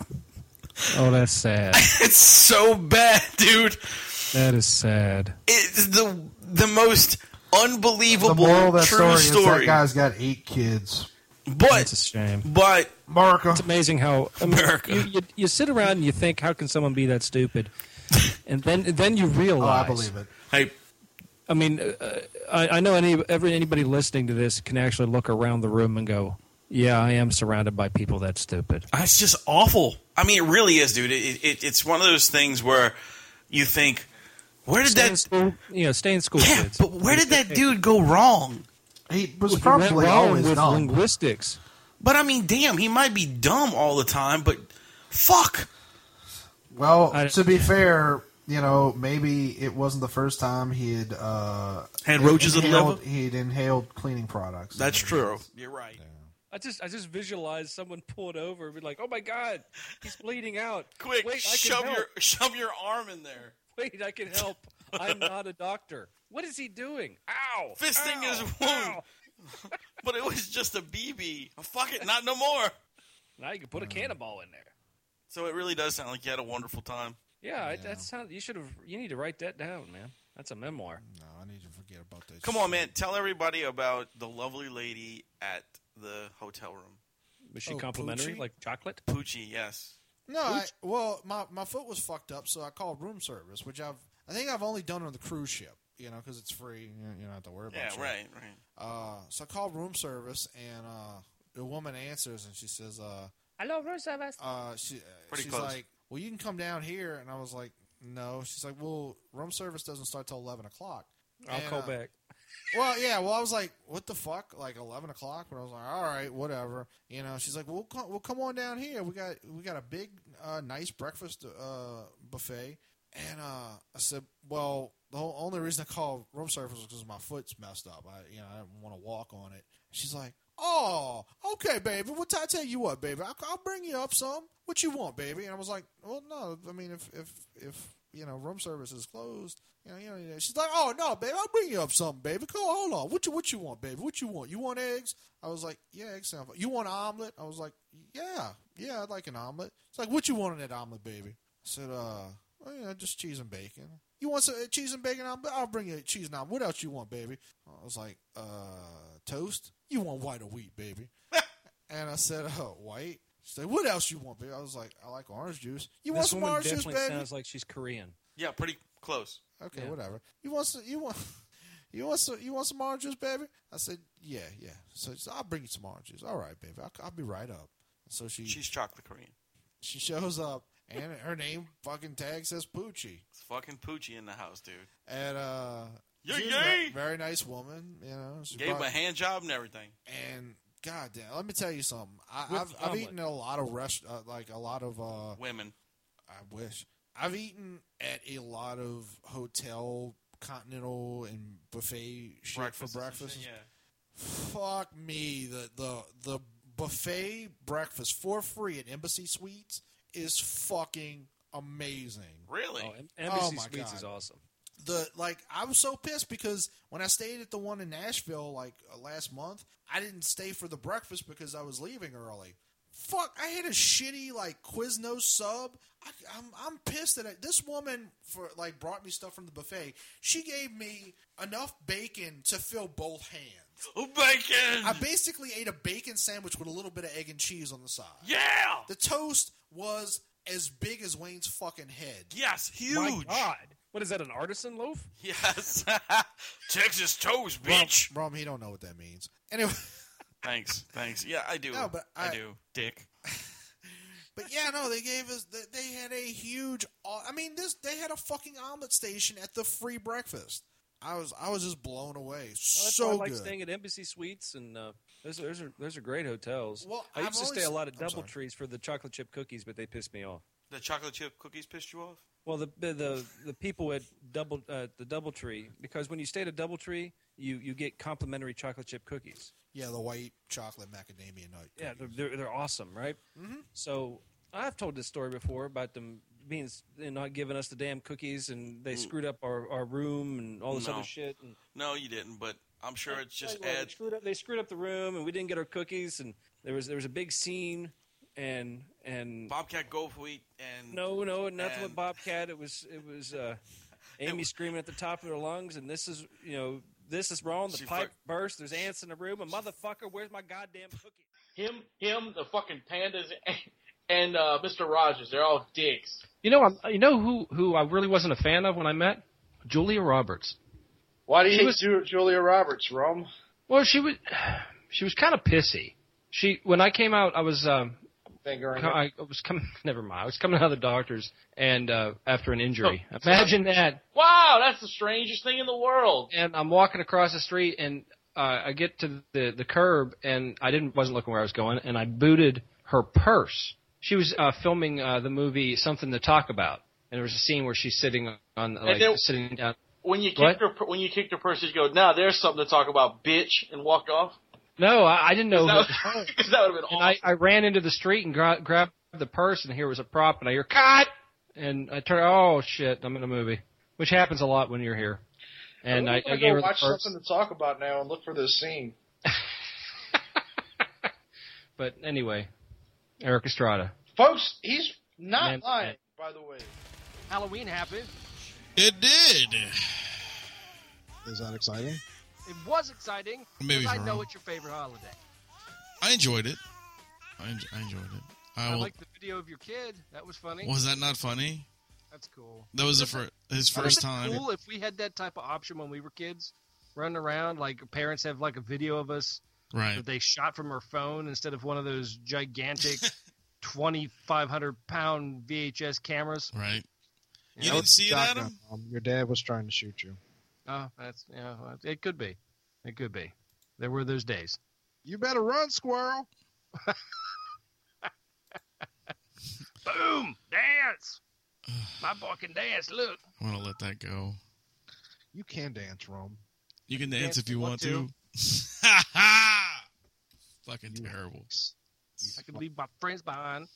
[SPEAKER 6] Oh, that's sad.
[SPEAKER 9] It's so bad, dude.
[SPEAKER 6] that is sad.
[SPEAKER 9] It's the the most unbelievable
[SPEAKER 21] The moral of that
[SPEAKER 9] true
[SPEAKER 21] story,
[SPEAKER 9] story.
[SPEAKER 21] is that guy's got eight kids.
[SPEAKER 9] But
[SPEAKER 6] That's a shame.
[SPEAKER 9] But
[SPEAKER 21] America,
[SPEAKER 6] it's amazing how I mean, You, you, you sit around and you think, how can someone be that stupid? And then then you realize.
[SPEAKER 21] believe it.
[SPEAKER 9] Hey,
[SPEAKER 6] I mean, uh, I, I know any every anybody listening to this can actually look around the room and go, "Yeah, I am surrounded by people that stupid."
[SPEAKER 9] It's just awful. I mean, it really is, dude. It, it, it's one of those things where you think, where did that
[SPEAKER 6] school? Yeah, stay in school.
[SPEAKER 9] Yeah, but where did that dude go wrong?
[SPEAKER 21] He was
[SPEAKER 6] He went probably wrong always with dumb. linguistics.
[SPEAKER 9] But I mean, damn, he might be dumb all the time, but fuck.
[SPEAKER 21] Well, to be fair, you know, maybe it wasn't the first time he had uh,
[SPEAKER 9] Had roaches in the
[SPEAKER 21] inhaled, He'd inhaled cleaning products.
[SPEAKER 9] That's true. You're right.
[SPEAKER 6] I just I just visualize someone pulled over and be like, "Oh my god, he's bleeding out!
[SPEAKER 9] Quick,
[SPEAKER 6] Wait, I can
[SPEAKER 9] shove
[SPEAKER 6] help.
[SPEAKER 9] your shove your arm in there.
[SPEAKER 6] Wait, I can help. I'm not a doctor. What is he doing? Ow!
[SPEAKER 9] Fisting
[SPEAKER 6] Ow!
[SPEAKER 9] his wound. but it was just a BB. Fuck it, not no more.
[SPEAKER 6] Now you can put a cannonball in there.
[SPEAKER 9] So it really does sound like you had a wonderful time.
[SPEAKER 6] Yeah, I that sounds. You should have. You need to write that down, man. That's a memoir.
[SPEAKER 21] No, I need to forget about that.
[SPEAKER 9] Come on, man. Tell everybody about the lovely lady at the hotel room.
[SPEAKER 6] Was she complimentary, like chocolate?
[SPEAKER 9] Poochie, yes.
[SPEAKER 10] No, I, well, my, my foot was fucked up, so I called room service, which I've I think I've only done on the cruise ship, you know, because it's free. You, you don't have to worry about.
[SPEAKER 9] Yeah,
[SPEAKER 10] shit.
[SPEAKER 9] right, right.
[SPEAKER 10] Uh, so I called room service, and uh, the woman answers, and she says, uh,
[SPEAKER 6] Hello, room service.
[SPEAKER 10] uh, she, uh,
[SPEAKER 9] Pretty
[SPEAKER 10] she's
[SPEAKER 9] close.
[SPEAKER 10] like, well, you can come down here, and I was like, no. She's like, well, room service doesn't start till eleven o'clock.
[SPEAKER 6] I'll
[SPEAKER 10] And,
[SPEAKER 6] call
[SPEAKER 10] uh,
[SPEAKER 6] back.
[SPEAKER 10] well, yeah. Well, I was like, "What the fuck?" Like eleven o'clock. But I was like, "All right, whatever." You know, she's like, "We'll come, we'll come on down here. We got we got a big, uh, nice breakfast uh, buffet." And uh, I said, "Well, the whole, only reason I called room service was because my foot's messed up. I you know I didn't want to walk on it." She's like, "Oh, okay, baby. What I tell you what, baby. I'll, I'll bring you up some. What you want, baby?" And I was like, "Well, no. I mean, if if if." You know, room service is closed. You know, you know, you know. she's like, "Oh no, baby, I'll bring you up something, baby. Go, hold on. What you, what you want, baby? What you want? You want eggs?" I was like, "Yeah, eggs sound. fun. You want an omelet?" I was like, "Yeah, yeah, I'd like an omelet." It's like, "What you want in that omelet, baby?" I said, "Uh, well, you know, just cheese and bacon. You want some uh, cheese and bacon omelet? I'll bring you cheese and omelet. What else you want, baby?" I was like, "Uh, toast. You want white or wheat, baby?" and I said, "Oh, white." She's like, "What else you want, baby?" I was like, "I like orange juice. You want
[SPEAKER 6] this
[SPEAKER 10] some
[SPEAKER 6] woman
[SPEAKER 10] orange juice,
[SPEAKER 6] definitely
[SPEAKER 10] baby?"
[SPEAKER 6] sounds like she's Korean.
[SPEAKER 9] Yeah, pretty close.
[SPEAKER 10] Okay,
[SPEAKER 6] Yeah.
[SPEAKER 10] whatever. You want some? You want? You want some? You want some orange juice, baby? I said, yeah, yeah. So she said, I'll bring you some orange juice. All right, baby. I'll, I'll be right up. So she
[SPEAKER 9] She's chocolate Korean.
[SPEAKER 10] she shows up, and her name fucking tag says Poochie.
[SPEAKER 9] It's fucking Poochie in the house, dude.
[SPEAKER 10] And uh,
[SPEAKER 9] Yay,
[SPEAKER 10] she was a
[SPEAKER 9] yay!
[SPEAKER 10] ve- very nice woman. You know, she
[SPEAKER 9] Gave him
[SPEAKER 10] brought-
[SPEAKER 9] a hand job and everything.
[SPEAKER 10] And goddamn, let me tell you something. I,
[SPEAKER 9] With
[SPEAKER 10] I've
[SPEAKER 9] the
[SPEAKER 10] I've
[SPEAKER 9] omelet.
[SPEAKER 10] eaten at a lot of rest, uh, like a lot of uh,
[SPEAKER 9] women.
[SPEAKER 10] I wish I've eaten at a lot of hotel continental and buffet shit for breakfast.
[SPEAKER 9] Yeah.
[SPEAKER 10] Fuck me, the the the buffet breakfast for free at Embassy Suites is fucking amazing.
[SPEAKER 9] Really?
[SPEAKER 6] Oh, Em- Embassy
[SPEAKER 10] my
[SPEAKER 6] Suites
[SPEAKER 10] God.
[SPEAKER 6] is awesome.
[SPEAKER 10] the like I was so pissed because when I stayed at the one in Nashville like uh, last month, I didn't stay for the breakfast because I was leaving early. Fuck, I had a shitty like Quiznos sub. I, I'm I'm pissed that I, this woman for like brought me stuff from the buffet. She gave me enough bacon to fill both hands.
[SPEAKER 9] bacon!
[SPEAKER 10] I basically ate a bacon sandwich with a little bit of egg and cheese on the side.
[SPEAKER 9] Yeah.
[SPEAKER 10] The toast was as big as Wayne's fucking head.
[SPEAKER 9] Yes,
[SPEAKER 6] My God, what is that? An artisan loaf?
[SPEAKER 9] Yes, Texas toes,
[SPEAKER 10] bitch. Rom, he don't know what that means. Anyway,
[SPEAKER 9] Thanks, thanks. Yeah, I do.
[SPEAKER 10] No, but
[SPEAKER 9] I,
[SPEAKER 10] I-
[SPEAKER 9] do, Dick.
[SPEAKER 10] But yeah, no, they gave us. They, they had a huge. uh, I mean, this they had a fucking omelet station at the free breakfast. I was I was just blown away.
[SPEAKER 6] Well, that's
[SPEAKER 10] so
[SPEAKER 6] why I like
[SPEAKER 10] good.
[SPEAKER 6] staying at Embassy Suites, and uh, those, those are those are great hotels.
[SPEAKER 10] Well,
[SPEAKER 6] I
[SPEAKER 10] I've
[SPEAKER 6] used to
[SPEAKER 10] always-
[SPEAKER 6] stay a lot at
[SPEAKER 10] I'm sorry.
[SPEAKER 6] Double Trees for the chocolate chip cookies, but they pissed me off.
[SPEAKER 9] The chocolate chip cookies pissed you off?
[SPEAKER 6] Well, the the the, the people at Double uh, the DoubleTree because when you stay at a DoubleTree, you you get complimentary chocolate chip cookies.
[SPEAKER 10] yeah, the white chocolate macadamia nut.
[SPEAKER 6] Yeah, they're, they're, they're awesome, right? Mm-hmm. So I've told this story before about them being and not giving us the damn cookies, and they screwed up our, our room and all this
[SPEAKER 9] No.
[SPEAKER 6] other shit. And
[SPEAKER 9] No, you didn't. But I'm sure it's just
[SPEAKER 6] Well,
[SPEAKER 9] add.
[SPEAKER 6] They screwed up. They screwed up the room, and we didn't get our cookies. And there was there was a big scene, and and
[SPEAKER 9] Bobcat Goldthwait and
[SPEAKER 6] no, no, nothing with
[SPEAKER 9] and-
[SPEAKER 6] Bobcat. It was it was uh, Amy screaming at the top of her lungs, and this is you know this is wrong. The
[SPEAKER 9] She
[SPEAKER 6] pipe
[SPEAKER 9] fuck-
[SPEAKER 6] burst. There's ants in the room, and motherfucker, where's my goddamn cookie?
[SPEAKER 22] Him, him, the fucking pandas, and uh, Mr. Rogers. They're all dicks.
[SPEAKER 3] You know, I'm, you know who who I really wasn't a fan of when I met Julia Roberts.
[SPEAKER 8] Why do
[SPEAKER 3] She
[SPEAKER 8] you hate
[SPEAKER 3] was-
[SPEAKER 8] Ju- Julia Roberts, Rome?
[SPEAKER 3] Well, she was she was kind of pissy. She when I came out, I was um,
[SPEAKER 8] Finger in
[SPEAKER 3] co- I,
[SPEAKER 8] it.
[SPEAKER 3] I was coming. Never mind. I was coming out of the doctor's and uh, after an injury. Imagine that.
[SPEAKER 22] Oh, Wow, that's the strangest thing in the world.
[SPEAKER 3] And I'm walking across the street, and uh, I get to the the curb, and I didn't wasn't looking where I was going, and I booted her purse. She was uh, filming uh, the movie Something to Talk About, and there was a scene where she's sitting on like
[SPEAKER 22] there-
[SPEAKER 3] sitting down.
[SPEAKER 22] When you
[SPEAKER 3] What?
[SPEAKER 22] kicked her, when you kicked her purse, you go, "Now there's something to talk about, bitch," and walked off.
[SPEAKER 3] No, I, I didn't know.
[SPEAKER 22] That,
[SPEAKER 3] who-
[SPEAKER 22] would have been
[SPEAKER 3] and I, I ran into the street and gra- grabbed the purse, and here was a prop, and I hear cut, and I turn. Oh shit! I'm in a movie, which happens a lot when you're here. And I,
[SPEAKER 8] I'm
[SPEAKER 3] I,
[SPEAKER 8] gonna
[SPEAKER 3] gave
[SPEAKER 8] go
[SPEAKER 3] her the
[SPEAKER 8] watch
[SPEAKER 3] purse,
[SPEAKER 8] something to talk about now and look for this scene.
[SPEAKER 3] but anyway, Eric Estrada.
[SPEAKER 8] Folks, he's not
[SPEAKER 3] Man-
[SPEAKER 8] lying,
[SPEAKER 3] man.
[SPEAKER 8] by the way.
[SPEAKER 22] Halloween happened.
[SPEAKER 23] It did.
[SPEAKER 24] Is that exciting?
[SPEAKER 22] It was exciting.
[SPEAKER 23] Maybe 'cause I for know him.
[SPEAKER 22] it's your favorite holiday.
[SPEAKER 23] I enjoyed it. I, en- I enjoyed it. I, will-
[SPEAKER 22] the video of your kid. That was funny.
[SPEAKER 23] was that not funny?
[SPEAKER 22] That's cool.
[SPEAKER 23] That was the fir- his first time.
[SPEAKER 22] Cool if we had that type of option when we were kids, running around like parents have like a video of us
[SPEAKER 23] Right.
[SPEAKER 22] that they shot from our phone instead of one of those gigantic twenty five hundred pound VHS cameras.
[SPEAKER 23] Right.
[SPEAKER 24] That was shotgun, Mom. Your dad was trying to shoot you.
[SPEAKER 22] Oh, that's yeah. well, It could be. It could be. There were those days.
[SPEAKER 24] You better run, squirrel.
[SPEAKER 22] Boom! Dance. My boy can dance. Look.
[SPEAKER 23] I want to let that go.
[SPEAKER 24] You can dance, Rome.
[SPEAKER 23] You can dance,
[SPEAKER 24] Dance
[SPEAKER 23] if you want to. Fucking terrible.
[SPEAKER 22] I can leave my friends behind.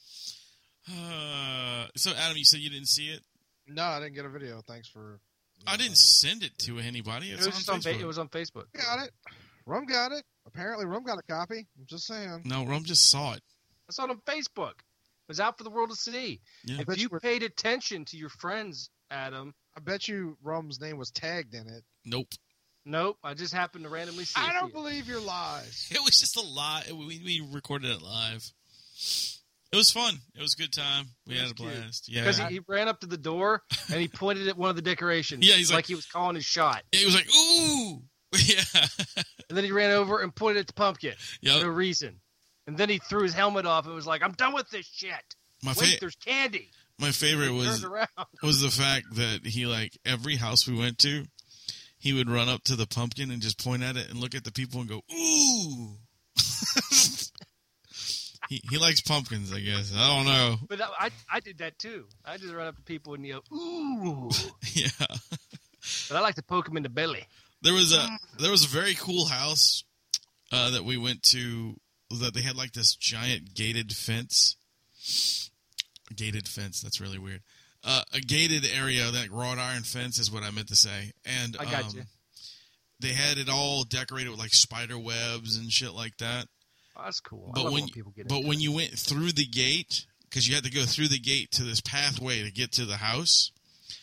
[SPEAKER 23] Uh, so Adam, you said you didn't see it.
[SPEAKER 24] No, I didn't get a video. Thanks for.
[SPEAKER 23] I didn't send it to anybody. It's
[SPEAKER 22] it was
[SPEAKER 23] on
[SPEAKER 22] just
[SPEAKER 23] Facebook.
[SPEAKER 22] on. Fa- it was on Facebook.
[SPEAKER 24] I got it. Rum got it. Apparently, Rum got a copy. I'm just saying.
[SPEAKER 23] no, Rome just saw it.
[SPEAKER 22] I saw it on Facebook. It was out for the world to see.
[SPEAKER 23] Yeah.
[SPEAKER 22] If you paid attention to your friends, Adam.
[SPEAKER 24] I bet you Rum's name was tagged in it.
[SPEAKER 23] Nope.
[SPEAKER 22] Nope. I just happened to randomly see.
[SPEAKER 24] I
[SPEAKER 22] it.
[SPEAKER 24] don't believe your lies.
[SPEAKER 23] It was just a lie. We, we recorded it live.
[SPEAKER 9] It was fun. It was a good time. We had a blast. Yeah.
[SPEAKER 6] Because he, he ran up to the door and he pointed at one of the decorations.
[SPEAKER 9] Yeah, he's like-
[SPEAKER 6] he was calling his shot.
[SPEAKER 9] he was like, ooh. Yeah.
[SPEAKER 6] and then he ran over and pointed at the pumpkin.
[SPEAKER 9] Yep.
[SPEAKER 6] No reason. And then he threw his helmet off and was like, I'm done with this shit.
[SPEAKER 9] My
[SPEAKER 6] Wait,
[SPEAKER 9] fa-
[SPEAKER 6] there's candy.
[SPEAKER 9] My favorite was
[SPEAKER 6] Turns around.
[SPEAKER 9] was the fact that he like every house we went to, he would run up to the pumpkin and just point at it and look at the people and go, "Ooh." he he likes pumpkins, I guess. I don't know.
[SPEAKER 6] But I, I- I did that too. I just run up to people and yell, ooh.
[SPEAKER 9] yeah.
[SPEAKER 6] But I like to poke them in the belly.
[SPEAKER 9] There was a
[SPEAKER 24] Mm.
[SPEAKER 9] there was a very cool house uh, that we went to that they had like this giant gated fence. Gated fence. That's really weird. Uh, a gated area, that wrought iron fence is what I meant to say. And
[SPEAKER 6] I got
[SPEAKER 9] um,
[SPEAKER 6] you.
[SPEAKER 9] They had it all decorated with like spider webs and shit like that.
[SPEAKER 6] Oh, that's cool. I
[SPEAKER 9] But
[SPEAKER 6] love
[SPEAKER 9] when
[SPEAKER 6] when people get
[SPEAKER 9] but
[SPEAKER 6] into
[SPEAKER 9] when
[SPEAKER 6] it.
[SPEAKER 9] you went through the gate, because you had to go through the gate to this pathway to get to the house,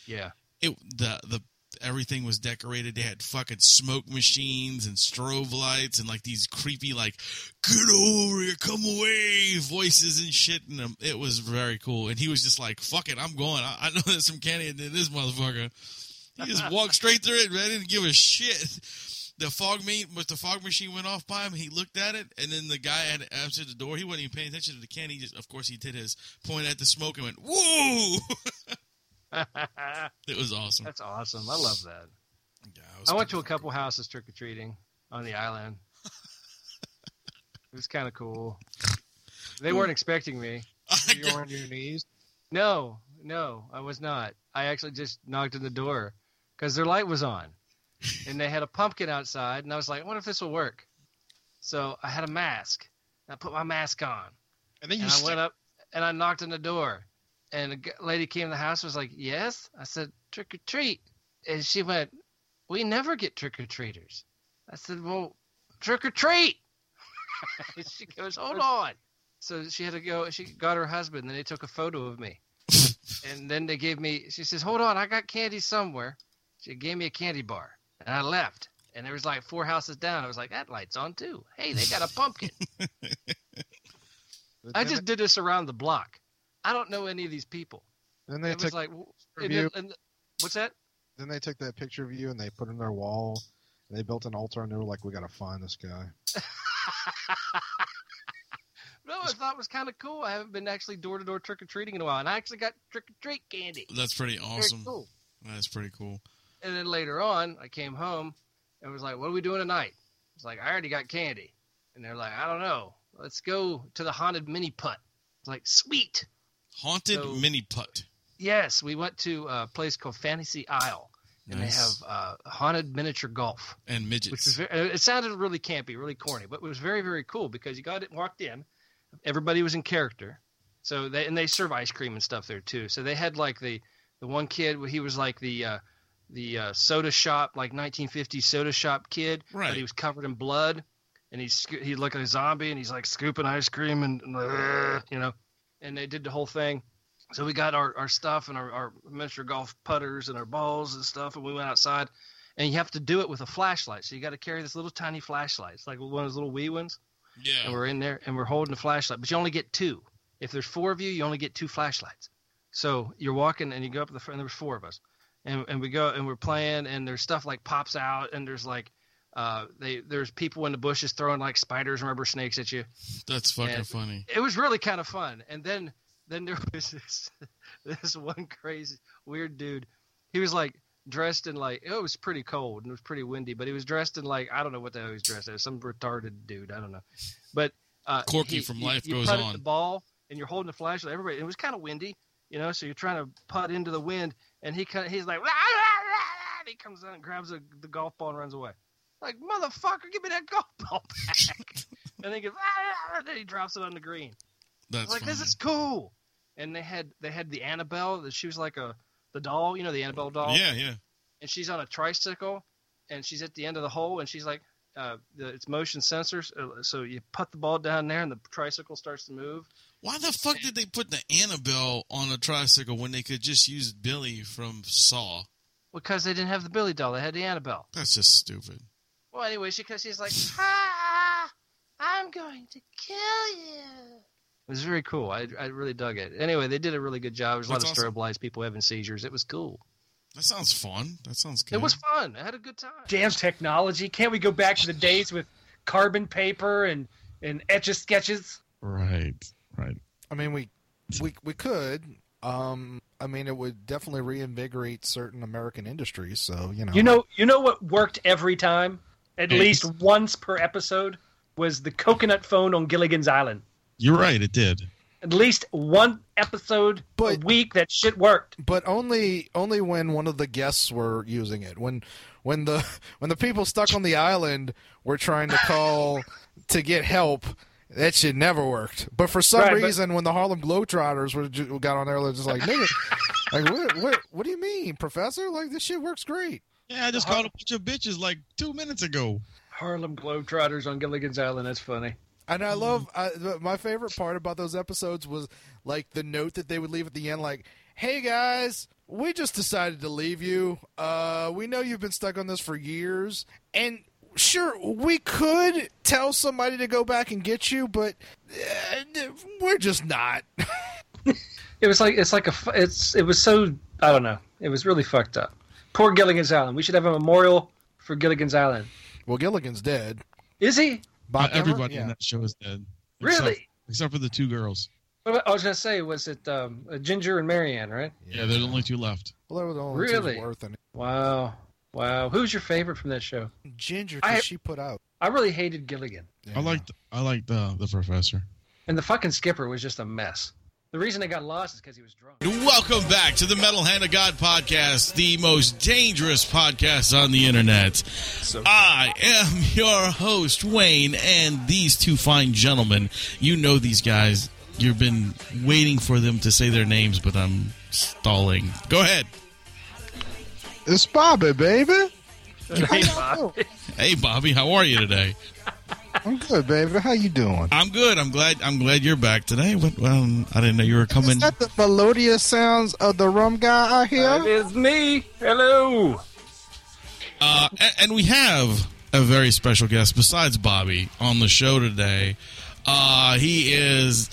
[SPEAKER 6] Yeah.
[SPEAKER 9] it the the everything was decorated. They had fucking smoke machines and strobe lights and like these creepy like get over here, come away voices and shit. And um, it was very cool. And he was just like, "Fuck it, I'm going. I, I know there's some candy in this motherfucker." He just walked straight through it, man. I didn't give a shit. The fog machine, but the fog machine went off by him. He looked at it, and then the guy had answered the door. He wasn't even paying attention to the candy. He just, of course, he did his point at the smoke and went, "Whoa!" it was awesome.
[SPEAKER 6] That's awesome. I love that.
[SPEAKER 9] I, was
[SPEAKER 6] I went to a couple houses trick or treating on the island. it was kind of cool. They weren't expecting me.
[SPEAKER 9] You
[SPEAKER 6] were on your knees? No, no, I was not. I actually just knocked on the door because their light was on, and they had a pumpkin outside, and I was like, "I wonder if this will work." So I had a mask. And I put my mask on,
[SPEAKER 25] And then you
[SPEAKER 6] and I
[SPEAKER 25] stick-
[SPEAKER 6] went up and I knocked on the door, and a g- lady came in the house and was like, "Yes." I said, "Trick or treat," and she went, "We never get trick or treaters." I said, "Well, trick or treat." she goes, "Hold on." So she had to go. She got her husband. Then they took a photo of me, and then they gave me. She says, "Hold on, I got candy somewhere." She gave me a candy bar, and I left. And there was like four houses down. I was like, "That light's on too." Hey, they got a pumpkin. I just did this around the block. I don't know any of these people.
[SPEAKER 10] Then they
[SPEAKER 6] it was
[SPEAKER 10] took
[SPEAKER 6] like, w-
[SPEAKER 10] picture of
[SPEAKER 6] and
[SPEAKER 10] you.
[SPEAKER 6] then- and- what's that?
[SPEAKER 10] Then they took that picture of you and they put it on their wall. And they built an altar and they were like, "We gotta find this guy."
[SPEAKER 6] No, I thought it was kind of cool. I haven't been actually door to door trick or treating in a while, and I actually got trick or treat candy.
[SPEAKER 9] That's pretty
[SPEAKER 6] Very
[SPEAKER 9] awesome.
[SPEAKER 6] cool.
[SPEAKER 9] That's pretty cool.
[SPEAKER 6] And then later on, I came home and was like, "What are we doing tonight?" It's like, "I already got candy," and they're like, "I don't know. Let's go to the haunted mini putt." It's like, "Sweet."
[SPEAKER 9] Haunted
[SPEAKER 6] So-
[SPEAKER 9] mini putt.
[SPEAKER 6] Yes, we went to a place called Fantasy Isle, and
[SPEAKER 9] Nice.
[SPEAKER 6] they have uh, haunted miniature golf.
[SPEAKER 9] And midgets.
[SPEAKER 6] Which was very, it sounded really campy, really corny, but it was very very cool because you got it walked in, everybody was in character, so they and they serve ice cream and stuff there too. So they had like the the one kid he was like the uh, the uh, soda shop like 1950s soda shop kid,
[SPEAKER 9] Right.
[SPEAKER 6] But he was covered in blood, and he's sco- he looked like a zombie and he's like scooping ice cream and, and like, "Ugh," you know, and they did the whole thing. So we got our, our stuff and our, our miniature golf putters and our balls and stuff, and we went outside. And you have to do it with a flashlight. So you got to carry this little tiny flashlight. It's like one of those little wee ones.
[SPEAKER 9] Yeah.
[SPEAKER 6] And we're in there and we're holding the flashlight, but you only get two. If there's four of you, you only get two flashlights. So you're walking and you go up to the front, and there was four of us. And, and we go and we're playing, and there's stuff like pops out, and there's like, uh, they there's people in the bushes throwing like spiders and rubber snakes at you.
[SPEAKER 9] That's fucking
[SPEAKER 6] And-
[SPEAKER 9] funny.
[SPEAKER 6] It was really kind of fun. And then then there was this this one crazy weird dude. He was like dressed in like it was pretty cold and it was pretty windy, but he was dressed in like I don't know what the hell he was dressed as. Some retarded dude, I don't know. But uh,
[SPEAKER 9] Corky
[SPEAKER 6] he-
[SPEAKER 9] from
[SPEAKER 6] you-
[SPEAKER 9] Life
[SPEAKER 6] you
[SPEAKER 9] Goes
[SPEAKER 6] putted
[SPEAKER 9] On.
[SPEAKER 6] The ball and you're holding the flashlight. Everybody, it was kind of windy, you know. So you're trying to putt into the wind, and he kind of, he's like, "Rah, rah, rah," and he comes out and grabs the the golf ball and runs away. Like motherfucker, give me that golf ball back! and he goes, "Rah, rah," and then he drops it on the green.
[SPEAKER 9] That's
[SPEAKER 6] like this
[SPEAKER 9] funny.
[SPEAKER 6] is cool. And they had they had the Annabelle. that She was like a the doll, you know, the Annabelle doll.
[SPEAKER 9] Yeah, yeah.
[SPEAKER 6] And she's on a tricycle, and she's at the end of the hole, and she's like, uh, the, it's motion sensors. uh, So you put the ball down there, and the tricycle starts to move.
[SPEAKER 9] Why the fuck did they put the Annabelle on a tricycle when they could just use Billy from Saw?
[SPEAKER 6] Because they didn't have the Billy doll, they had the Annabelle.
[SPEAKER 9] That's just stupid.
[SPEAKER 6] Well, anyway, she because she's like, ah, I'm going to kill you.
[SPEAKER 26] It was very cool. I, I really dug it. Anyway, they did a really good job. There's a lot
[SPEAKER 3] That's
[SPEAKER 26] of strobe lights, people having seizures. It was cool.
[SPEAKER 3] That sounds fun. That sounds good.
[SPEAKER 26] It was fun. I had a good time.
[SPEAKER 6] Damn technology! Can't we go back to the days with carbon paper and and etch a sketches?
[SPEAKER 3] Right. Right.
[SPEAKER 10] I mean, we we we could. Um, I mean, it would definitely reinvigorate certain American industries. So you know,
[SPEAKER 6] You know, you know what worked every time, at
[SPEAKER 3] Hey.
[SPEAKER 6] least once per episode, was the coconut phone on Gilligan's Island.
[SPEAKER 3] You're right. It did.
[SPEAKER 6] At least one episode a week that shit worked.
[SPEAKER 10] but only only when one of the guests were using it. When when the when the people stuck on the island were trying to call to get help, that shit never worked. But for some
[SPEAKER 1] Right, but-
[SPEAKER 10] reason, when the Harlem Globetrotters were ju- got on there, they're just like, nigga, like what, what what do you mean, Professor? Like this shit works great. Uh-huh.
[SPEAKER 3] Yeah, I just called a bunch of bitches like two minutes ago.
[SPEAKER 6] Harlem Globetrotters on Gilligan's Island. That's funny.
[SPEAKER 10] And I love I, th- my favorite part about those episodes was like the note that they would leave at the end, like, "Hey guys, we just decided to leave you. Uh, we know you've been stuck on this for years, and sure, we could tell somebody to go back and get you, but uh, we're just not."
[SPEAKER 6] It was like it's like a fu- it's it was so I don't know. It was really fucked up. Poor Gilligan's Island. We should have a memorial for Gilligan's Island.
[SPEAKER 10] Well, Gilligan's dead.
[SPEAKER 6] Is he?
[SPEAKER 3] Uh, everybody in that show is dead. Except-
[SPEAKER 6] Really?
[SPEAKER 3] Except for the two girls.
[SPEAKER 6] What about- I was gonna say, was it um, Ginger and Marianne, right?
[SPEAKER 3] Yeah, there's only two left.
[SPEAKER 10] Well, that was the only two
[SPEAKER 6] Really?
[SPEAKER 10] worth it.
[SPEAKER 6] Wow, wow. Who's your favorite from that show?
[SPEAKER 10] Ginger,
[SPEAKER 6] 'cause I-
[SPEAKER 10] she put out.
[SPEAKER 6] I really hated Gilligan,
[SPEAKER 3] I liked I liked uh, the professor.
[SPEAKER 6] and the fucking skipper was just a mess. The reason they got lost is because he was drunk.
[SPEAKER 3] Welcome back to the Metal Hand of God podcast, the most dangerous podcast on the internet. I am your host, Wayne, and these two fine gentlemen. You know these guys. You've been waiting for them to say their names, but I'm stalling. Go ahead.
[SPEAKER 1] It's Bobby, baby.
[SPEAKER 3] Hey, Bobby. how are you today?
[SPEAKER 1] I'm good, baby. How you doing?
[SPEAKER 3] I'm good. I'm glad. I'm glad you're back today. What? Well, I didn't know you were coming.
[SPEAKER 1] The melodious sounds of the rum guy out here. It
[SPEAKER 6] is me. Hello.
[SPEAKER 3] Uh, and, and we have a very special guest besides Bobby on the show today. Uh, he is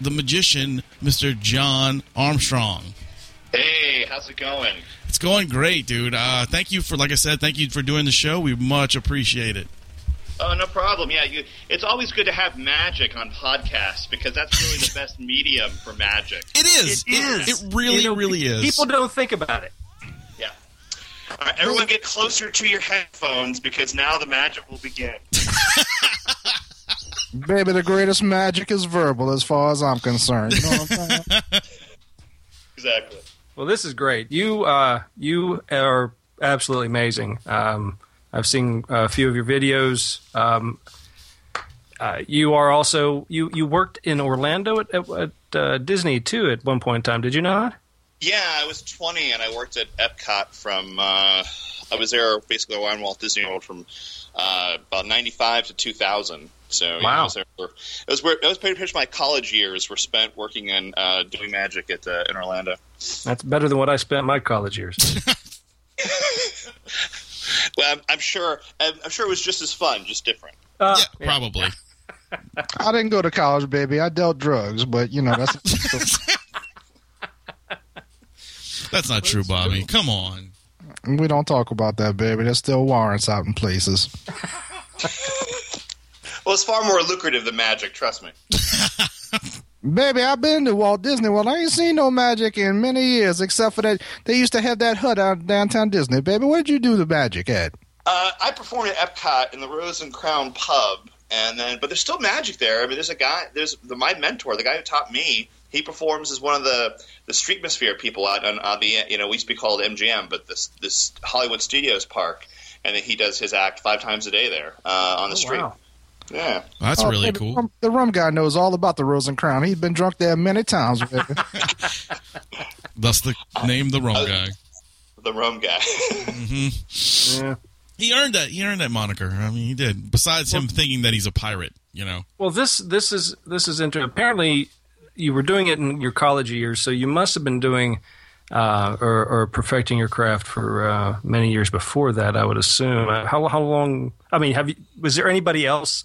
[SPEAKER 3] the magician, Mr. John Armstrong.
[SPEAKER 9] Hey, how's it going?
[SPEAKER 3] It's going great, dude. Uh, thank you for, like I said, thank you for doing the show. We much appreciate it.
[SPEAKER 9] Oh, no problem. Yeah, you, it's always good to have magic on podcasts because that's really the best medium for magic.
[SPEAKER 3] It is. It
[SPEAKER 9] is.
[SPEAKER 3] It really, really is.
[SPEAKER 9] people
[SPEAKER 6] don't think about it.
[SPEAKER 9] Yeah. All right, everyone get closer to your headphones because now the magic will begin.
[SPEAKER 1] Baby, the greatest magic is verbal, as far as I'm concerned. You know what I'm saying?
[SPEAKER 9] Exactly.
[SPEAKER 6] Well, this is great. You uh, you are absolutely amazing. Um, I've seen a few of your videos. Um, uh, you are also you you worked in Orlando at, at, at uh, Disney too at one point in time. Did you not?
[SPEAKER 9] Yeah, I was 20 and I worked at Epcot from. Uh, I was there basically around Walt Disney World from uh, about 95 to 2000. So yeah, I
[SPEAKER 6] Wow.
[SPEAKER 9] was there for, it was where it was pretty much my college years were spent working and uh, doing magic at uh, in Orlando.
[SPEAKER 6] That's better than what I spent my college years.
[SPEAKER 9] Well, I'm, I'm sure I'm, I'm sure it was just as fun, just different.
[SPEAKER 3] yeah, probably.
[SPEAKER 1] I didn't go to college, baby. I dealt drugs, but you know that's
[SPEAKER 3] That's not true, Bobby. Come on.
[SPEAKER 1] we don't talk about that, baby. There's still warrants out in places.
[SPEAKER 9] Well, it's far more lucrative than magic. Trust me.
[SPEAKER 1] Baby, I've been to Walt Disney World. I ain't seen no magic in many years, except for that they used to have that hut out in downtown Disney. Baby, where'd you do the magic at?
[SPEAKER 9] Uh, I performed at Epcot in the Rose and Crown Pub, and then but there's still magic there. I mean, there's a guy, there's the, my mentor, the guy who taught me. He performs as one of the the Streetmosphere people out on, on the you know we used to be called MGM, but this this Hollywood Studios Park, and then he does his act five times a day there uh, on the street. Yeah,
[SPEAKER 3] That's
[SPEAKER 1] Oh,
[SPEAKER 3] really
[SPEAKER 1] baby,
[SPEAKER 3] cool.
[SPEAKER 1] the rum- The rum guy knows all about the Rose and Crown. He's been drunk there many times, baby.
[SPEAKER 3] That's the name, the wrong guy.
[SPEAKER 9] the rum guy.
[SPEAKER 3] hmm He earned that. He earned that moniker. I mean, he did. Besides him thinking that he's a pirate, you know.
[SPEAKER 6] Well, this this is this is into apparently you were doing it in your college years, so you must have been doing uh, or, or perfecting your craft for uh, many years before that. I would assume. Uh, How how long? I mean, have you? Was there anybody else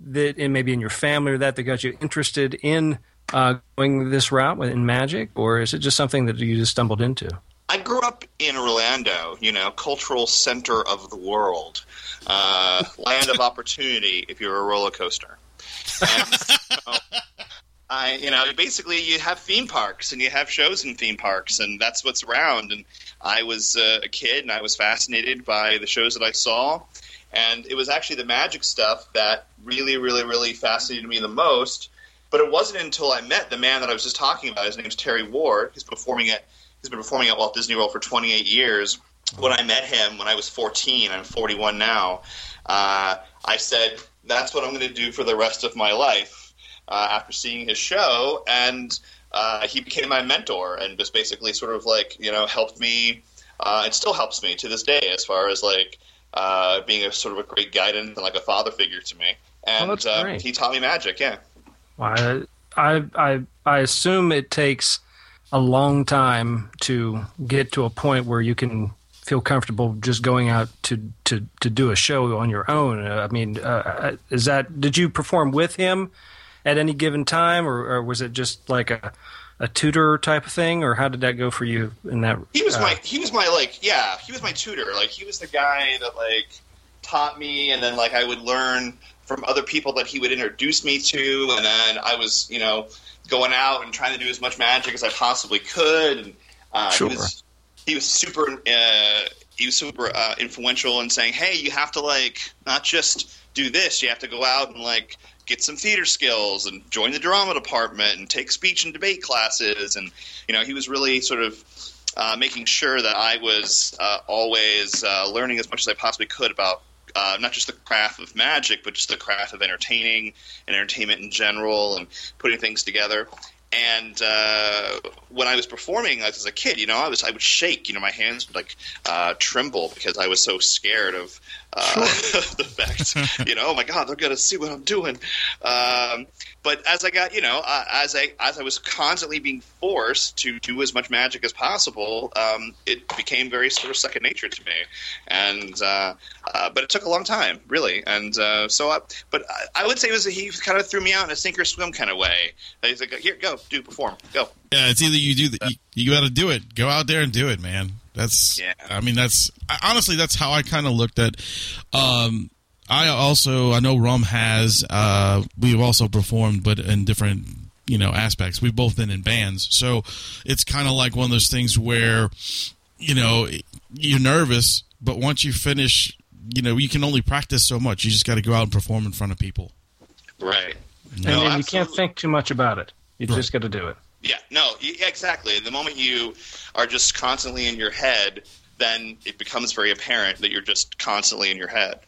[SPEAKER 6] that it may be in your family or that that got you interested in uh, going this route in magic, or is it just something that you just stumbled into?
[SPEAKER 10] I grew up in Orlando, you know, cultural center of the world, uh, land of opportunity. If you're a roller coaster, And so I, you know, basically you have theme parks and you have shows in theme parks, and that's what's around. And I was uh, a kid, and I was fascinated by the shows that I saw, and it was actually the magic stuff that really, really, really fascinated me the most. But it wasn't until I met the man that I was just talking about. His name's Terry Ward. He's performing at he's been performing at Walt Disney World for 28 years. When I met him when I was 14, I'm 41 now. Uh, I said that's what I'm going to do for the rest of my life. Uh, after seeing his show, and uh, he became my mentor and was basically sort of like you know helped me. Uh, it still helps me to this day as far as like uh, being a sort of a great guidance and like a father figure to me. And
[SPEAKER 6] Oh, that's
[SPEAKER 10] uh,
[SPEAKER 6] great.
[SPEAKER 10] he taught me magic. Yeah.
[SPEAKER 6] Well, I, I I assume it takes a long time to get to a point where you can feel comfortable just going out to to, to do a show on your own. Uh, I mean, uh, is that did you perform with him at any given time, or, or was it just like a a tutor type of thing, or how did that go for you in that?
[SPEAKER 10] He was
[SPEAKER 6] uh,
[SPEAKER 10] my he was my like yeah he was my tutor like he was the guy that like taught me and then like I would learn from other people that he would introduce me to and then I was you know going out and trying to do as much magic as I possibly could and uh,
[SPEAKER 27] Sure.
[SPEAKER 10] he was he was super uh, he was super uh, influential in saying hey you have to like not just do this you have to go out and like get some theater skills and join the drama department and take speech and debate classes and you know he was really sort of uh, making sure that I was uh, always uh, learning as much as I possibly could about uh, not just the craft of magic, but just the craft of entertaining and entertainment in general and putting things together. And uh, when I was performing like, as a kid, you know, I was I would shake, you know, my hands would like uh, tremble because I was so scared of uh, the fact, you know, oh my God, they're gonna see what I'm doing. Um, but as I got, you know, uh, as I as I was constantly being forced to do as much magic as possible, um, it became very sort of second nature to me. And uh, uh, but it took a long time, really. And uh, so, I, but I, I would say it was he kind of threw me out in a sink or swim kind of way. He's like, here, go, do perform, go.
[SPEAKER 9] Yeah, it's either you do the, you, you got to do it. Go out there and do it, man. That's I mean, that's I, honestly that's how I kind of looked at. Um, I also I know Rum has. Uh, we've also performed, but in different you know aspects. We've both been in bands, so it's kind of like one of those things where you know you're nervous, but once you finish, you know you can only practice so much. You just got to go out and perform in front of people.
[SPEAKER 10] Right.
[SPEAKER 6] and
[SPEAKER 10] No,
[SPEAKER 6] then you can't think too much about it. You Right. just got to do it.
[SPEAKER 10] Yeah, no, y- exactly. The moment you are just constantly in your head, then it becomes very apparent that you're just constantly in your head.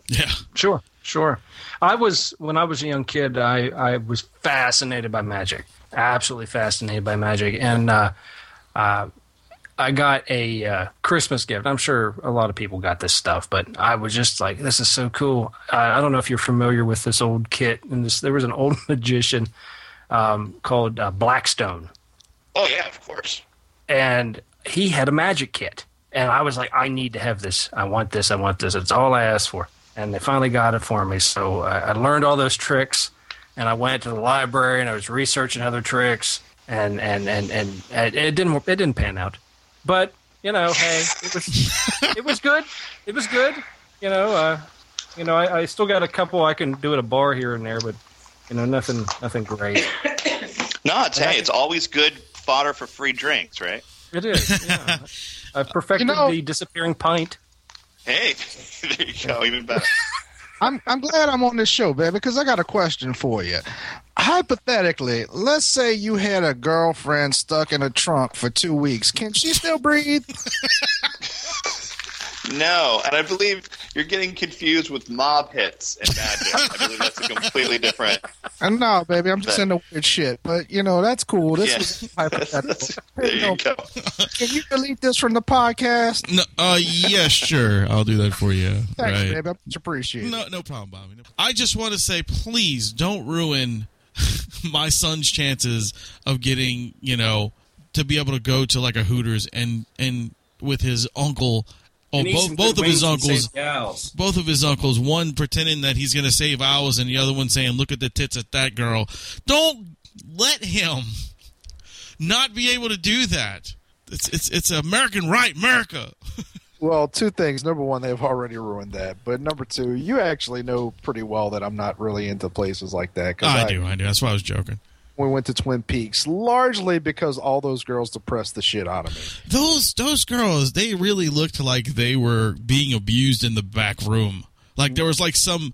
[SPEAKER 6] Sure, sure. I was when I was a young kid. I I was fascinated by magic, absolutely fascinated by magic, and uh, uh, I got a uh, Christmas gift. I'm sure a lot of people got this stuff, but I was just like, "This is so cool." I, I don't know if you're familiar with this old kit, and this there was an old magician um, called uh, Blackstone
[SPEAKER 10] Oh yeah, of course.
[SPEAKER 6] and he had a magic kit. And I was like, I need to have this. I want this. I want this. It's all I asked for. And they finally got it for me. So I, I learned all those tricks, and I went to the library and I was researching other tricks, and and and and, and it didn't it didn't pan out, but you know, hey, it was it was good. It was good. You know, uh, you know, I, I still got a couple I can do at a bar here and there, but you know, nothing nothing great.
[SPEAKER 10] No, it's hey, it's always good fodder for free drinks, right?
[SPEAKER 6] It is. Yeah. I've perfected the disappearing pint.
[SPEAKER 10] Hey, there you go, even better.
[SPEAKER 3] I'm I'm glad I'm on this show, man, because I got a question for you. Hypothetically, let's say you had a girlfriend stuck in a trunk for two weeks. Can she still breathe?
[SPEAKER 10] No, and I believe you're getting confused with mob hits and magic. I believe that's a completely different.
[SPEAKER 3] Uh, no, baby, I'm just into weird shit. But you know, that's cool. This is hypothetical.
[SPEAKER 10] There you go.
[SPEAKER 3] Can you delete this from the podcast?
[SPEAKER 9] No, uh, yeah, sure, I'll do that for you.
[SPEAKER 3] Thanks,
[SPEAKER 9] right.
[SPEAKER 3] baby. I much appreciate it.
[SPEAKER 9] No, no problem, Bobby. I just want to say, please don't ruin my son's chances of getting, you know, to be able to go to like a Hooters and and with his uncle
[SPEAKER 3] Oh,
[SPEAKER 6] And he's
[SPEAKER 3] both
[SPEAKER 6] some
[SPEAKER 3] both
[SPEAKER 6] good
[SPEAKER 3] of his
[SPEAKER 6] wings and
[SPEAKER 3] uncles,
[SPEAKER 6] save gals.
[SPEAKER 3] both of his uncles. One pretending that he's going to save ours, and the other one saying, "Look at the tits at that girl." Don't let him not be able to do that. It's it's it's American right, America.
[SPEAKER 28] Well, two things. Number one, they've already ruined that. But number two, you actually know pretty well that I'm not really into places like that. 'cause
[SPEAKER 3] I, do, I do. That's why I was joking.
[SPEAKER 28] We went to Twin Peaks largely because all those girls depressed the shit out of me.
[SPEAKER 3] Those those girls, they really looked like they were being abused in the back room. Like there was like some,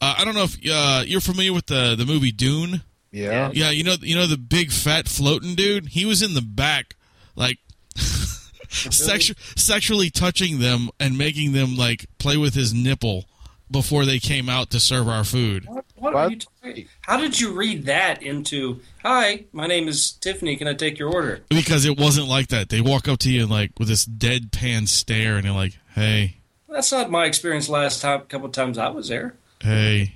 [SPEAKER 3] uh, I don't know if uh, you're familiar with the the movie Dune.
[SPEAKER 28] Yeah.
[SPEAKER 3] yeah. You know, you know the big fat floating dude. He was in the back, like sexu- sexually touching them and making them like play with his nipple before they came out to serve our food.
[SPEAKER 6] What, are you talking? How did you read that into? Hi, my name is Tiffany. Can I take your order?
[SPEAKER 3] Because it wasn't like that. They walk up to you and like with this deadpan stare, and they're like, "Hey,
[SPEAKER 6] That's not my experience. Last time, couple times I was there.
[SPEAKER 3] hey."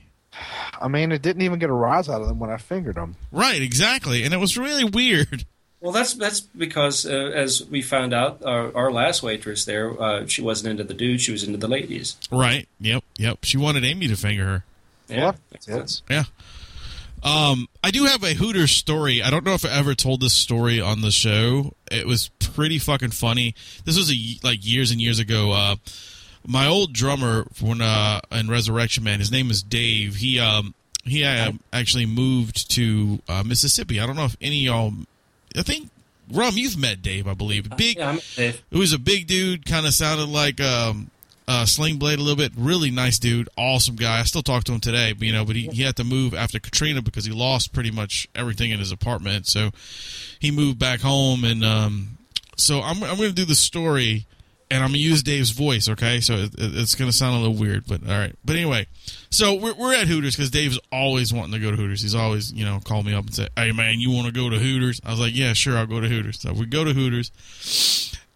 [SPEAKER 28] I mean, it didn't even get a rise out of them when I fingered them.
[SPEAKER 3] Right, exactly, and it was really weird.
[SPEAKER 6] Well, that's that's because uh, as we found out, our, our last waitress there, uh, she wasn't into the dude. She was into the ladies.
[SPEAKER 3] Right. Yep. Yep. She wanted Amy to finger her.
[SPEAKER 6] Yeah.
[SPEAKER 3] Yeah. Um, I do have a Hooters story. I don't know if I ever told this story on the show. It was pretty fucking funny. This was a y- like years and years ago. Uh, my old drummer when uh in Resurrection Man, his name is Dave. He um he uh, actually moved to uh, Mississippi. I don't know if any of y'all. I think Rum, you've met Dave, I believe. Big.
[SPEAKER 6] Dave.
[SPEAKER 3] It was a big dude. Kind of sounded like um uh, Sling Blade a little bit. Really nice dude, awesome guy. I still talk to him today, but, you know. But he, he had to move after Katrina because he lost pretty much everything in his apartment. So he moved back home, and um, so I'm I'm going to do the story, and I'm going to use Dave's voice. Okay, so it, it- it's going to sound a little weird, but all right. But anyway, so we're we're at Hooters because Dave's always wanting to go to Hooters. He's always you know call me up and say, "Hey man, you want to go to Hooters?" I was like, "Yeah, sure, I'll go to Hooters." So we go to Hooters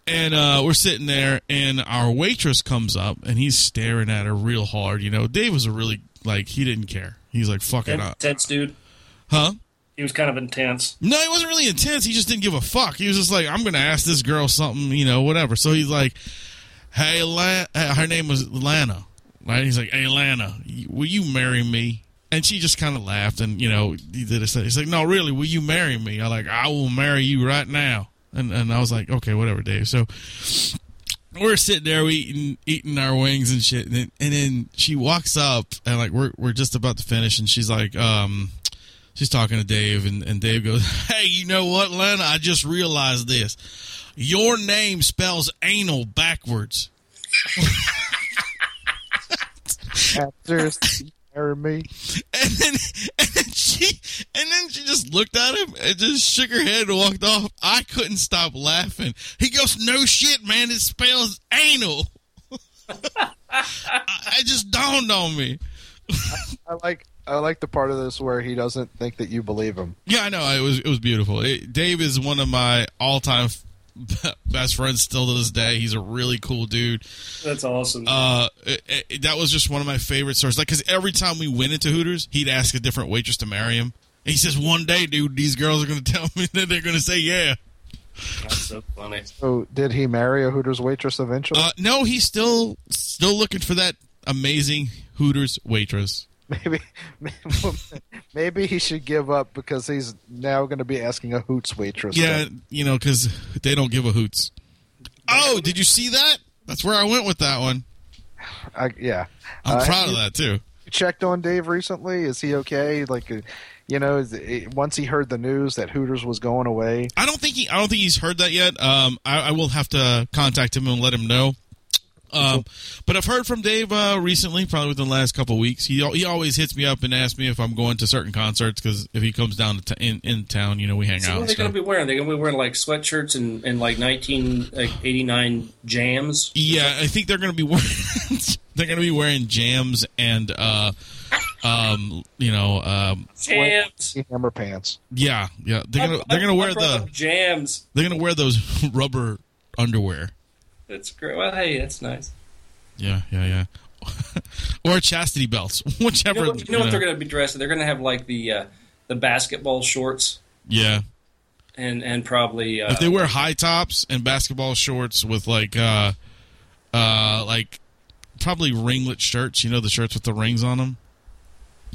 [SPEAKER 3] and uh, we're sitting there, and our waitress comes up, and he's staring at her real hard. You know, Dave was a really like he didn't care. He's like, "Fuck it up,
[SPEAKER 6] Intense dude.
[SPEAKER 3] huh?"
[SPEAKER 6] He was kind of intense.
[SPEAKER 3] No, he wasn't really intense. He just didn't give a fuck. He was just like, "I'm gonna ask this girl something," you know, whatever. So he's like, "Hey, La-, uh, her name was Lana, right?" He's like, "Hey, Lana, y- will you marry me?" And she just kind of laughed, and you know, he did a thing. He's like, "No, really, will you marry me?" I like, "I will marry you right now." And and I was like, "Okay, whatever, Dave." So we're sitting there, we eating, eating our wings and shit, and then, and then she walks up, and like we're we're just about to finish, and she's like, um, she's talking to Dave, and, and Dave goes, "Hey, you know what, Lana? I just realized this. Your name spells anal backwards."
[SPEAKER 28] Seriously, marry me.
[SPEAKER 3] And then, and then she and then she just looked at him and just shook her head and walked off. I couldn't stop laughing. He goes, "No shit, man. It spells anal." I- it just dawned on me.
[SPEAKER 28] I like I like the part of this where he doesn't think that you believe him.
[SPEAKER 3] Yeah, I know. It was it was beautiful. It, Dave is one of my all time best friends still to this day. He's a really cool dude.
[SPEAKER 6] That's awesome.
[SPEAKER 3] Uh, it- it- that was just one of my favorite stories. Like, because every time we went into Hooters, he'd ask a different waitress to marry him. And he says, "One day, dude, these girls are going to tell me that they're going to say yeah."
[SPEAKER 6] That's so funny.
[SPEAKER 28] So did he marry a Hooters waitress eventually?
[SPEAKER 3] Uh, no, he's still still looking for that amazing Hooters waitress.
[SPEAKER 28] maybe maybe he should give up because he's now going to be asking a Hoots waitress.
[SPEAKER 3] Yeah, you know, because they don't give a hoots. Oh, did you see that? That's where I went with that one.
[SPEAKER 28] I, yeah,
[SPEAKER 3] I'm
[SPEAKER 28] Uh,
[SPEAKER 3] proud of
[SPEAKER 28] you
[SPEAKER 3] that too.
[SPEAKER 28] Checked on Dave recently. Is he okay? Like, uh, you know, is it, once he heard the news that Hooters was going away,
[SPEAKER 3] I don't think he. I don't think he's heard that yet. Um, I, I will have to contact him and let him know. Um, but I've heard from Dave uh, recently, probably within the last couple of weeks. He al- he always hits me up and asks me if I'm going to certain concerts because if he comes down to t- in in town, you know, we hang
[SPEAKER 6] So
[SPEAKER 3] out.
[SPEAKER 6] what are
[SPEAKER 3] and
[SPEAKER 6] they going
[SPEAKER 3] stuff.
[SPEAKER 6] to be wearing? They're going to be wearing like sweatshirts and, and like 1989 jams.
[SPEAKER 3] Yeah, I think they're going to be wearing they're going to be wearing jams and uh, um, you know, um,
[SPEAKER 6] Jams.
[SPEAKER 28] hammer pants.
[SPEAKER 3] yeah, yeah. They're gonna they're gonna wear the
[SPEAKER 6] jams.
[SPEAKER 3] they're gonna wear those rubber underwear.
[SPEAKER 6] That's great. Well, hey, that's nice.
[SPEAKER 3] Yeah, yeah, yeah. or chastity belts, whichever.
[SPEAKER 6] You know, what- you know
[SPEAKER 3] you
[SPEAKER 6] what they're
[SPEAKER 3] know.
[SPEAKER 6] going to be dressed? in? They're going to have like the uh, the basketball shorts
[SPEAKER 3] Yeah.
[SPEAKER 6] and and probably uh,
[SPEAKER 3] if they wear high tops and basketball shorts with like uh uh like probably ringlet shirts. You know the shirts with the rings on them.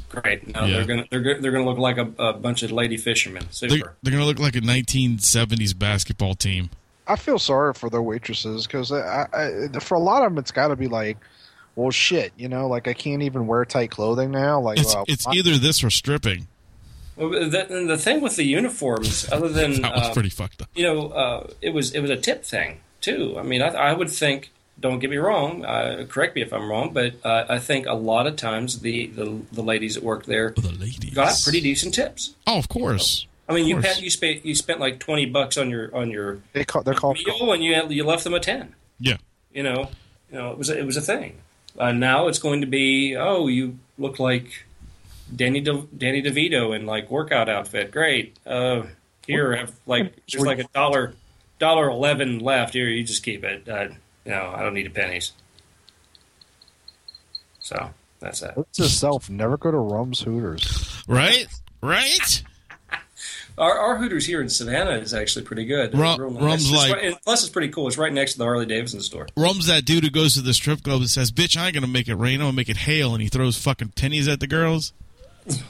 [SPEAKER 6] Great. No,
[SPEAKER 3] Yeah.
[SPEAKER 6] they're gonna they're go- they're gonna look like a, a bunch of lady fishermen. Super.
[SPEAKER 3] They're, they're gonna look like a 1970s basketball team.
[SPEAKER 28] I feel sorry for the waitresses because I, I, for a lot of them, it's got to be like, well, shit, you know, like I can't even wear tight clothing now. Like, uh,
[SPEAKER 3] It's
[SPEAKER 28] well,
[SPEAKER 3] it's
[SPEAKER 28] my-
[SPEAKER 3] either this or stripping.
[SPEAKER 6] Well, that, and the thing with the uniforms, other than
[SPEAKER 3] That was
[SPEAKER 6] uh,
[SPEAKER 3] pretty fucked up.
[SPEAKER 6] You know, uh, it was it was a tip thing too. I mean, I, I would think. Don't get me wrong. Uh, correct me if I'm wrong, but uh, I think a lot of times the, the, the ladies that work there got pretty decent tips.
[SPEAKER 3] Oh, of course.
[SPEAKER 6] I mean,
[SPEAKER 3] Of
[SPEAKER 6] you
[SPEAKER 3] course.
[SPEAKER 6] had, you spent you spent like twenty bucks on your on your
[SPEAKER 28] they call, they're called
[SPEAKER 6] meal, and you had, you left them a ten.
[SPEAKER 3] Yeah.
[SPEAKER 6] You know, you know it was a, it was a thing. Uh, now it's going to be oh you look like Danny De, Danny DeVito in like workout outfit. Great. Uh, here have like there's like a dollar dollar eleven left. Here you just keep it. Uh, you know I don't need the pennies. So that's that.
[SPEAKER 28] It's yourself. Never go to Rum's Hooters.
[SPEAKER 3] Right. Right.
[SPEAKER 6] Our, our Hooters here in Savannah is actually pretty good.
[SPEAKER 3] Rum-
[SPEAKER 6] Real nice.
[SPEAKER 3] Rum's
[SPEAKER 6] It's
[SPEAKER 3] like-
[SPEAKER 6] right- and plus it's pretty cool. It's right next to the Harley Davidson store.
[SPEAKER 3] Rum's that dude who goes to the strip club and says, "Bitch, I ain't gonna make it rain. I'm gonna make it hail," and he throws fucking pennies at the girls.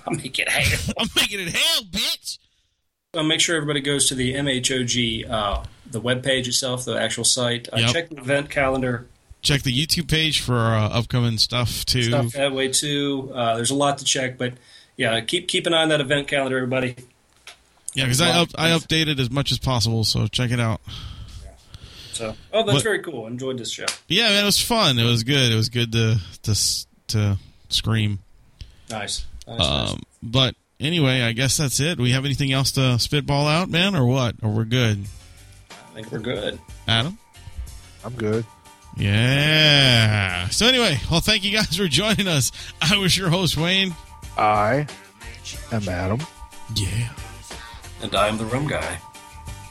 [SPEAKER 6] I'll make it hail.
[SPEAKER 3] I'm making it hail, bitch.
[SPEAKER 6] I'll make sure everybody goes to the MHOG, uh, the webpage itself, the actual site. Uh,
[SPEAKER 3] Yep.
[SPEAKER 6] Check the event calendar.
[SPEAKER 3] Check the YouTube page for uh, upcoming stuff too.
[SPEAKER 6] Stuff that way too. Uh, there's a lot to check, but yeah, keep keep an eye on that event calendar, everybody.
[SPEAKER 3] Yeah, because I up, I updated as much as possible, so check it out.
[SPEAKER 6] So, oh, that's
[SPEAKER 3] What-
[SPEAKER 6] very cool. Enjoyed this show.
[SPEAKER 3] Yeah, man, it was fun. It was good. It was good to to s- to scream.
[SPEAKER 6] Nice. nice, nice.
[SPEAKER 3] Um, but anyway, I guess that's it. We have anything else to spitball out, man, or what? Or we're good,
[SPEAKER 6] I think we're good.
[SPEAKER 3] Adam.
[SPEAKER 28] I'm good.
[SPEAKER 3] Yeah. So anyway, well, thank you guys for joining us. I was your host Wayne.
[SPEAKER 28] I am Adam.
[SPEAKER 3] Yeah.
[SPEAKER 6] And I'm the rum guy.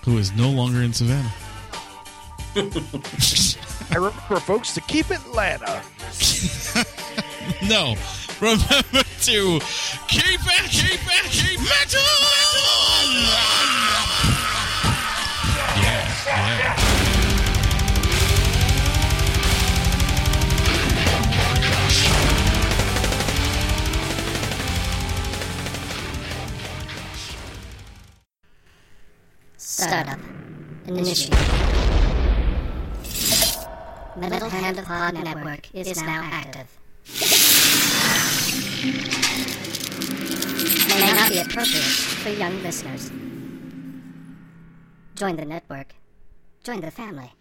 [SPEAKER 3] Who is no longer in Savannah?
[SPEAKER 28] I remember, folks, to keep Atlanta.
[SPEAKER 3] No. Remember to keep it, keep it, keep metal. Yeah. Yeah.
[SPEAKER 2] Startup. Initiate. Metal Hand Pod Network is now active. May not be appropriate for young listeners. Join the network. Join the family.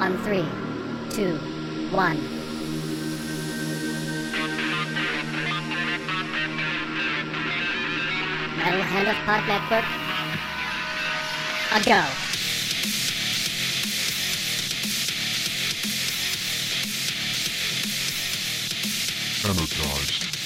[SPEAKER 2] On three, two, one. Metal Hand of Pod Network. A go.
[SPEAKER 4] Energized.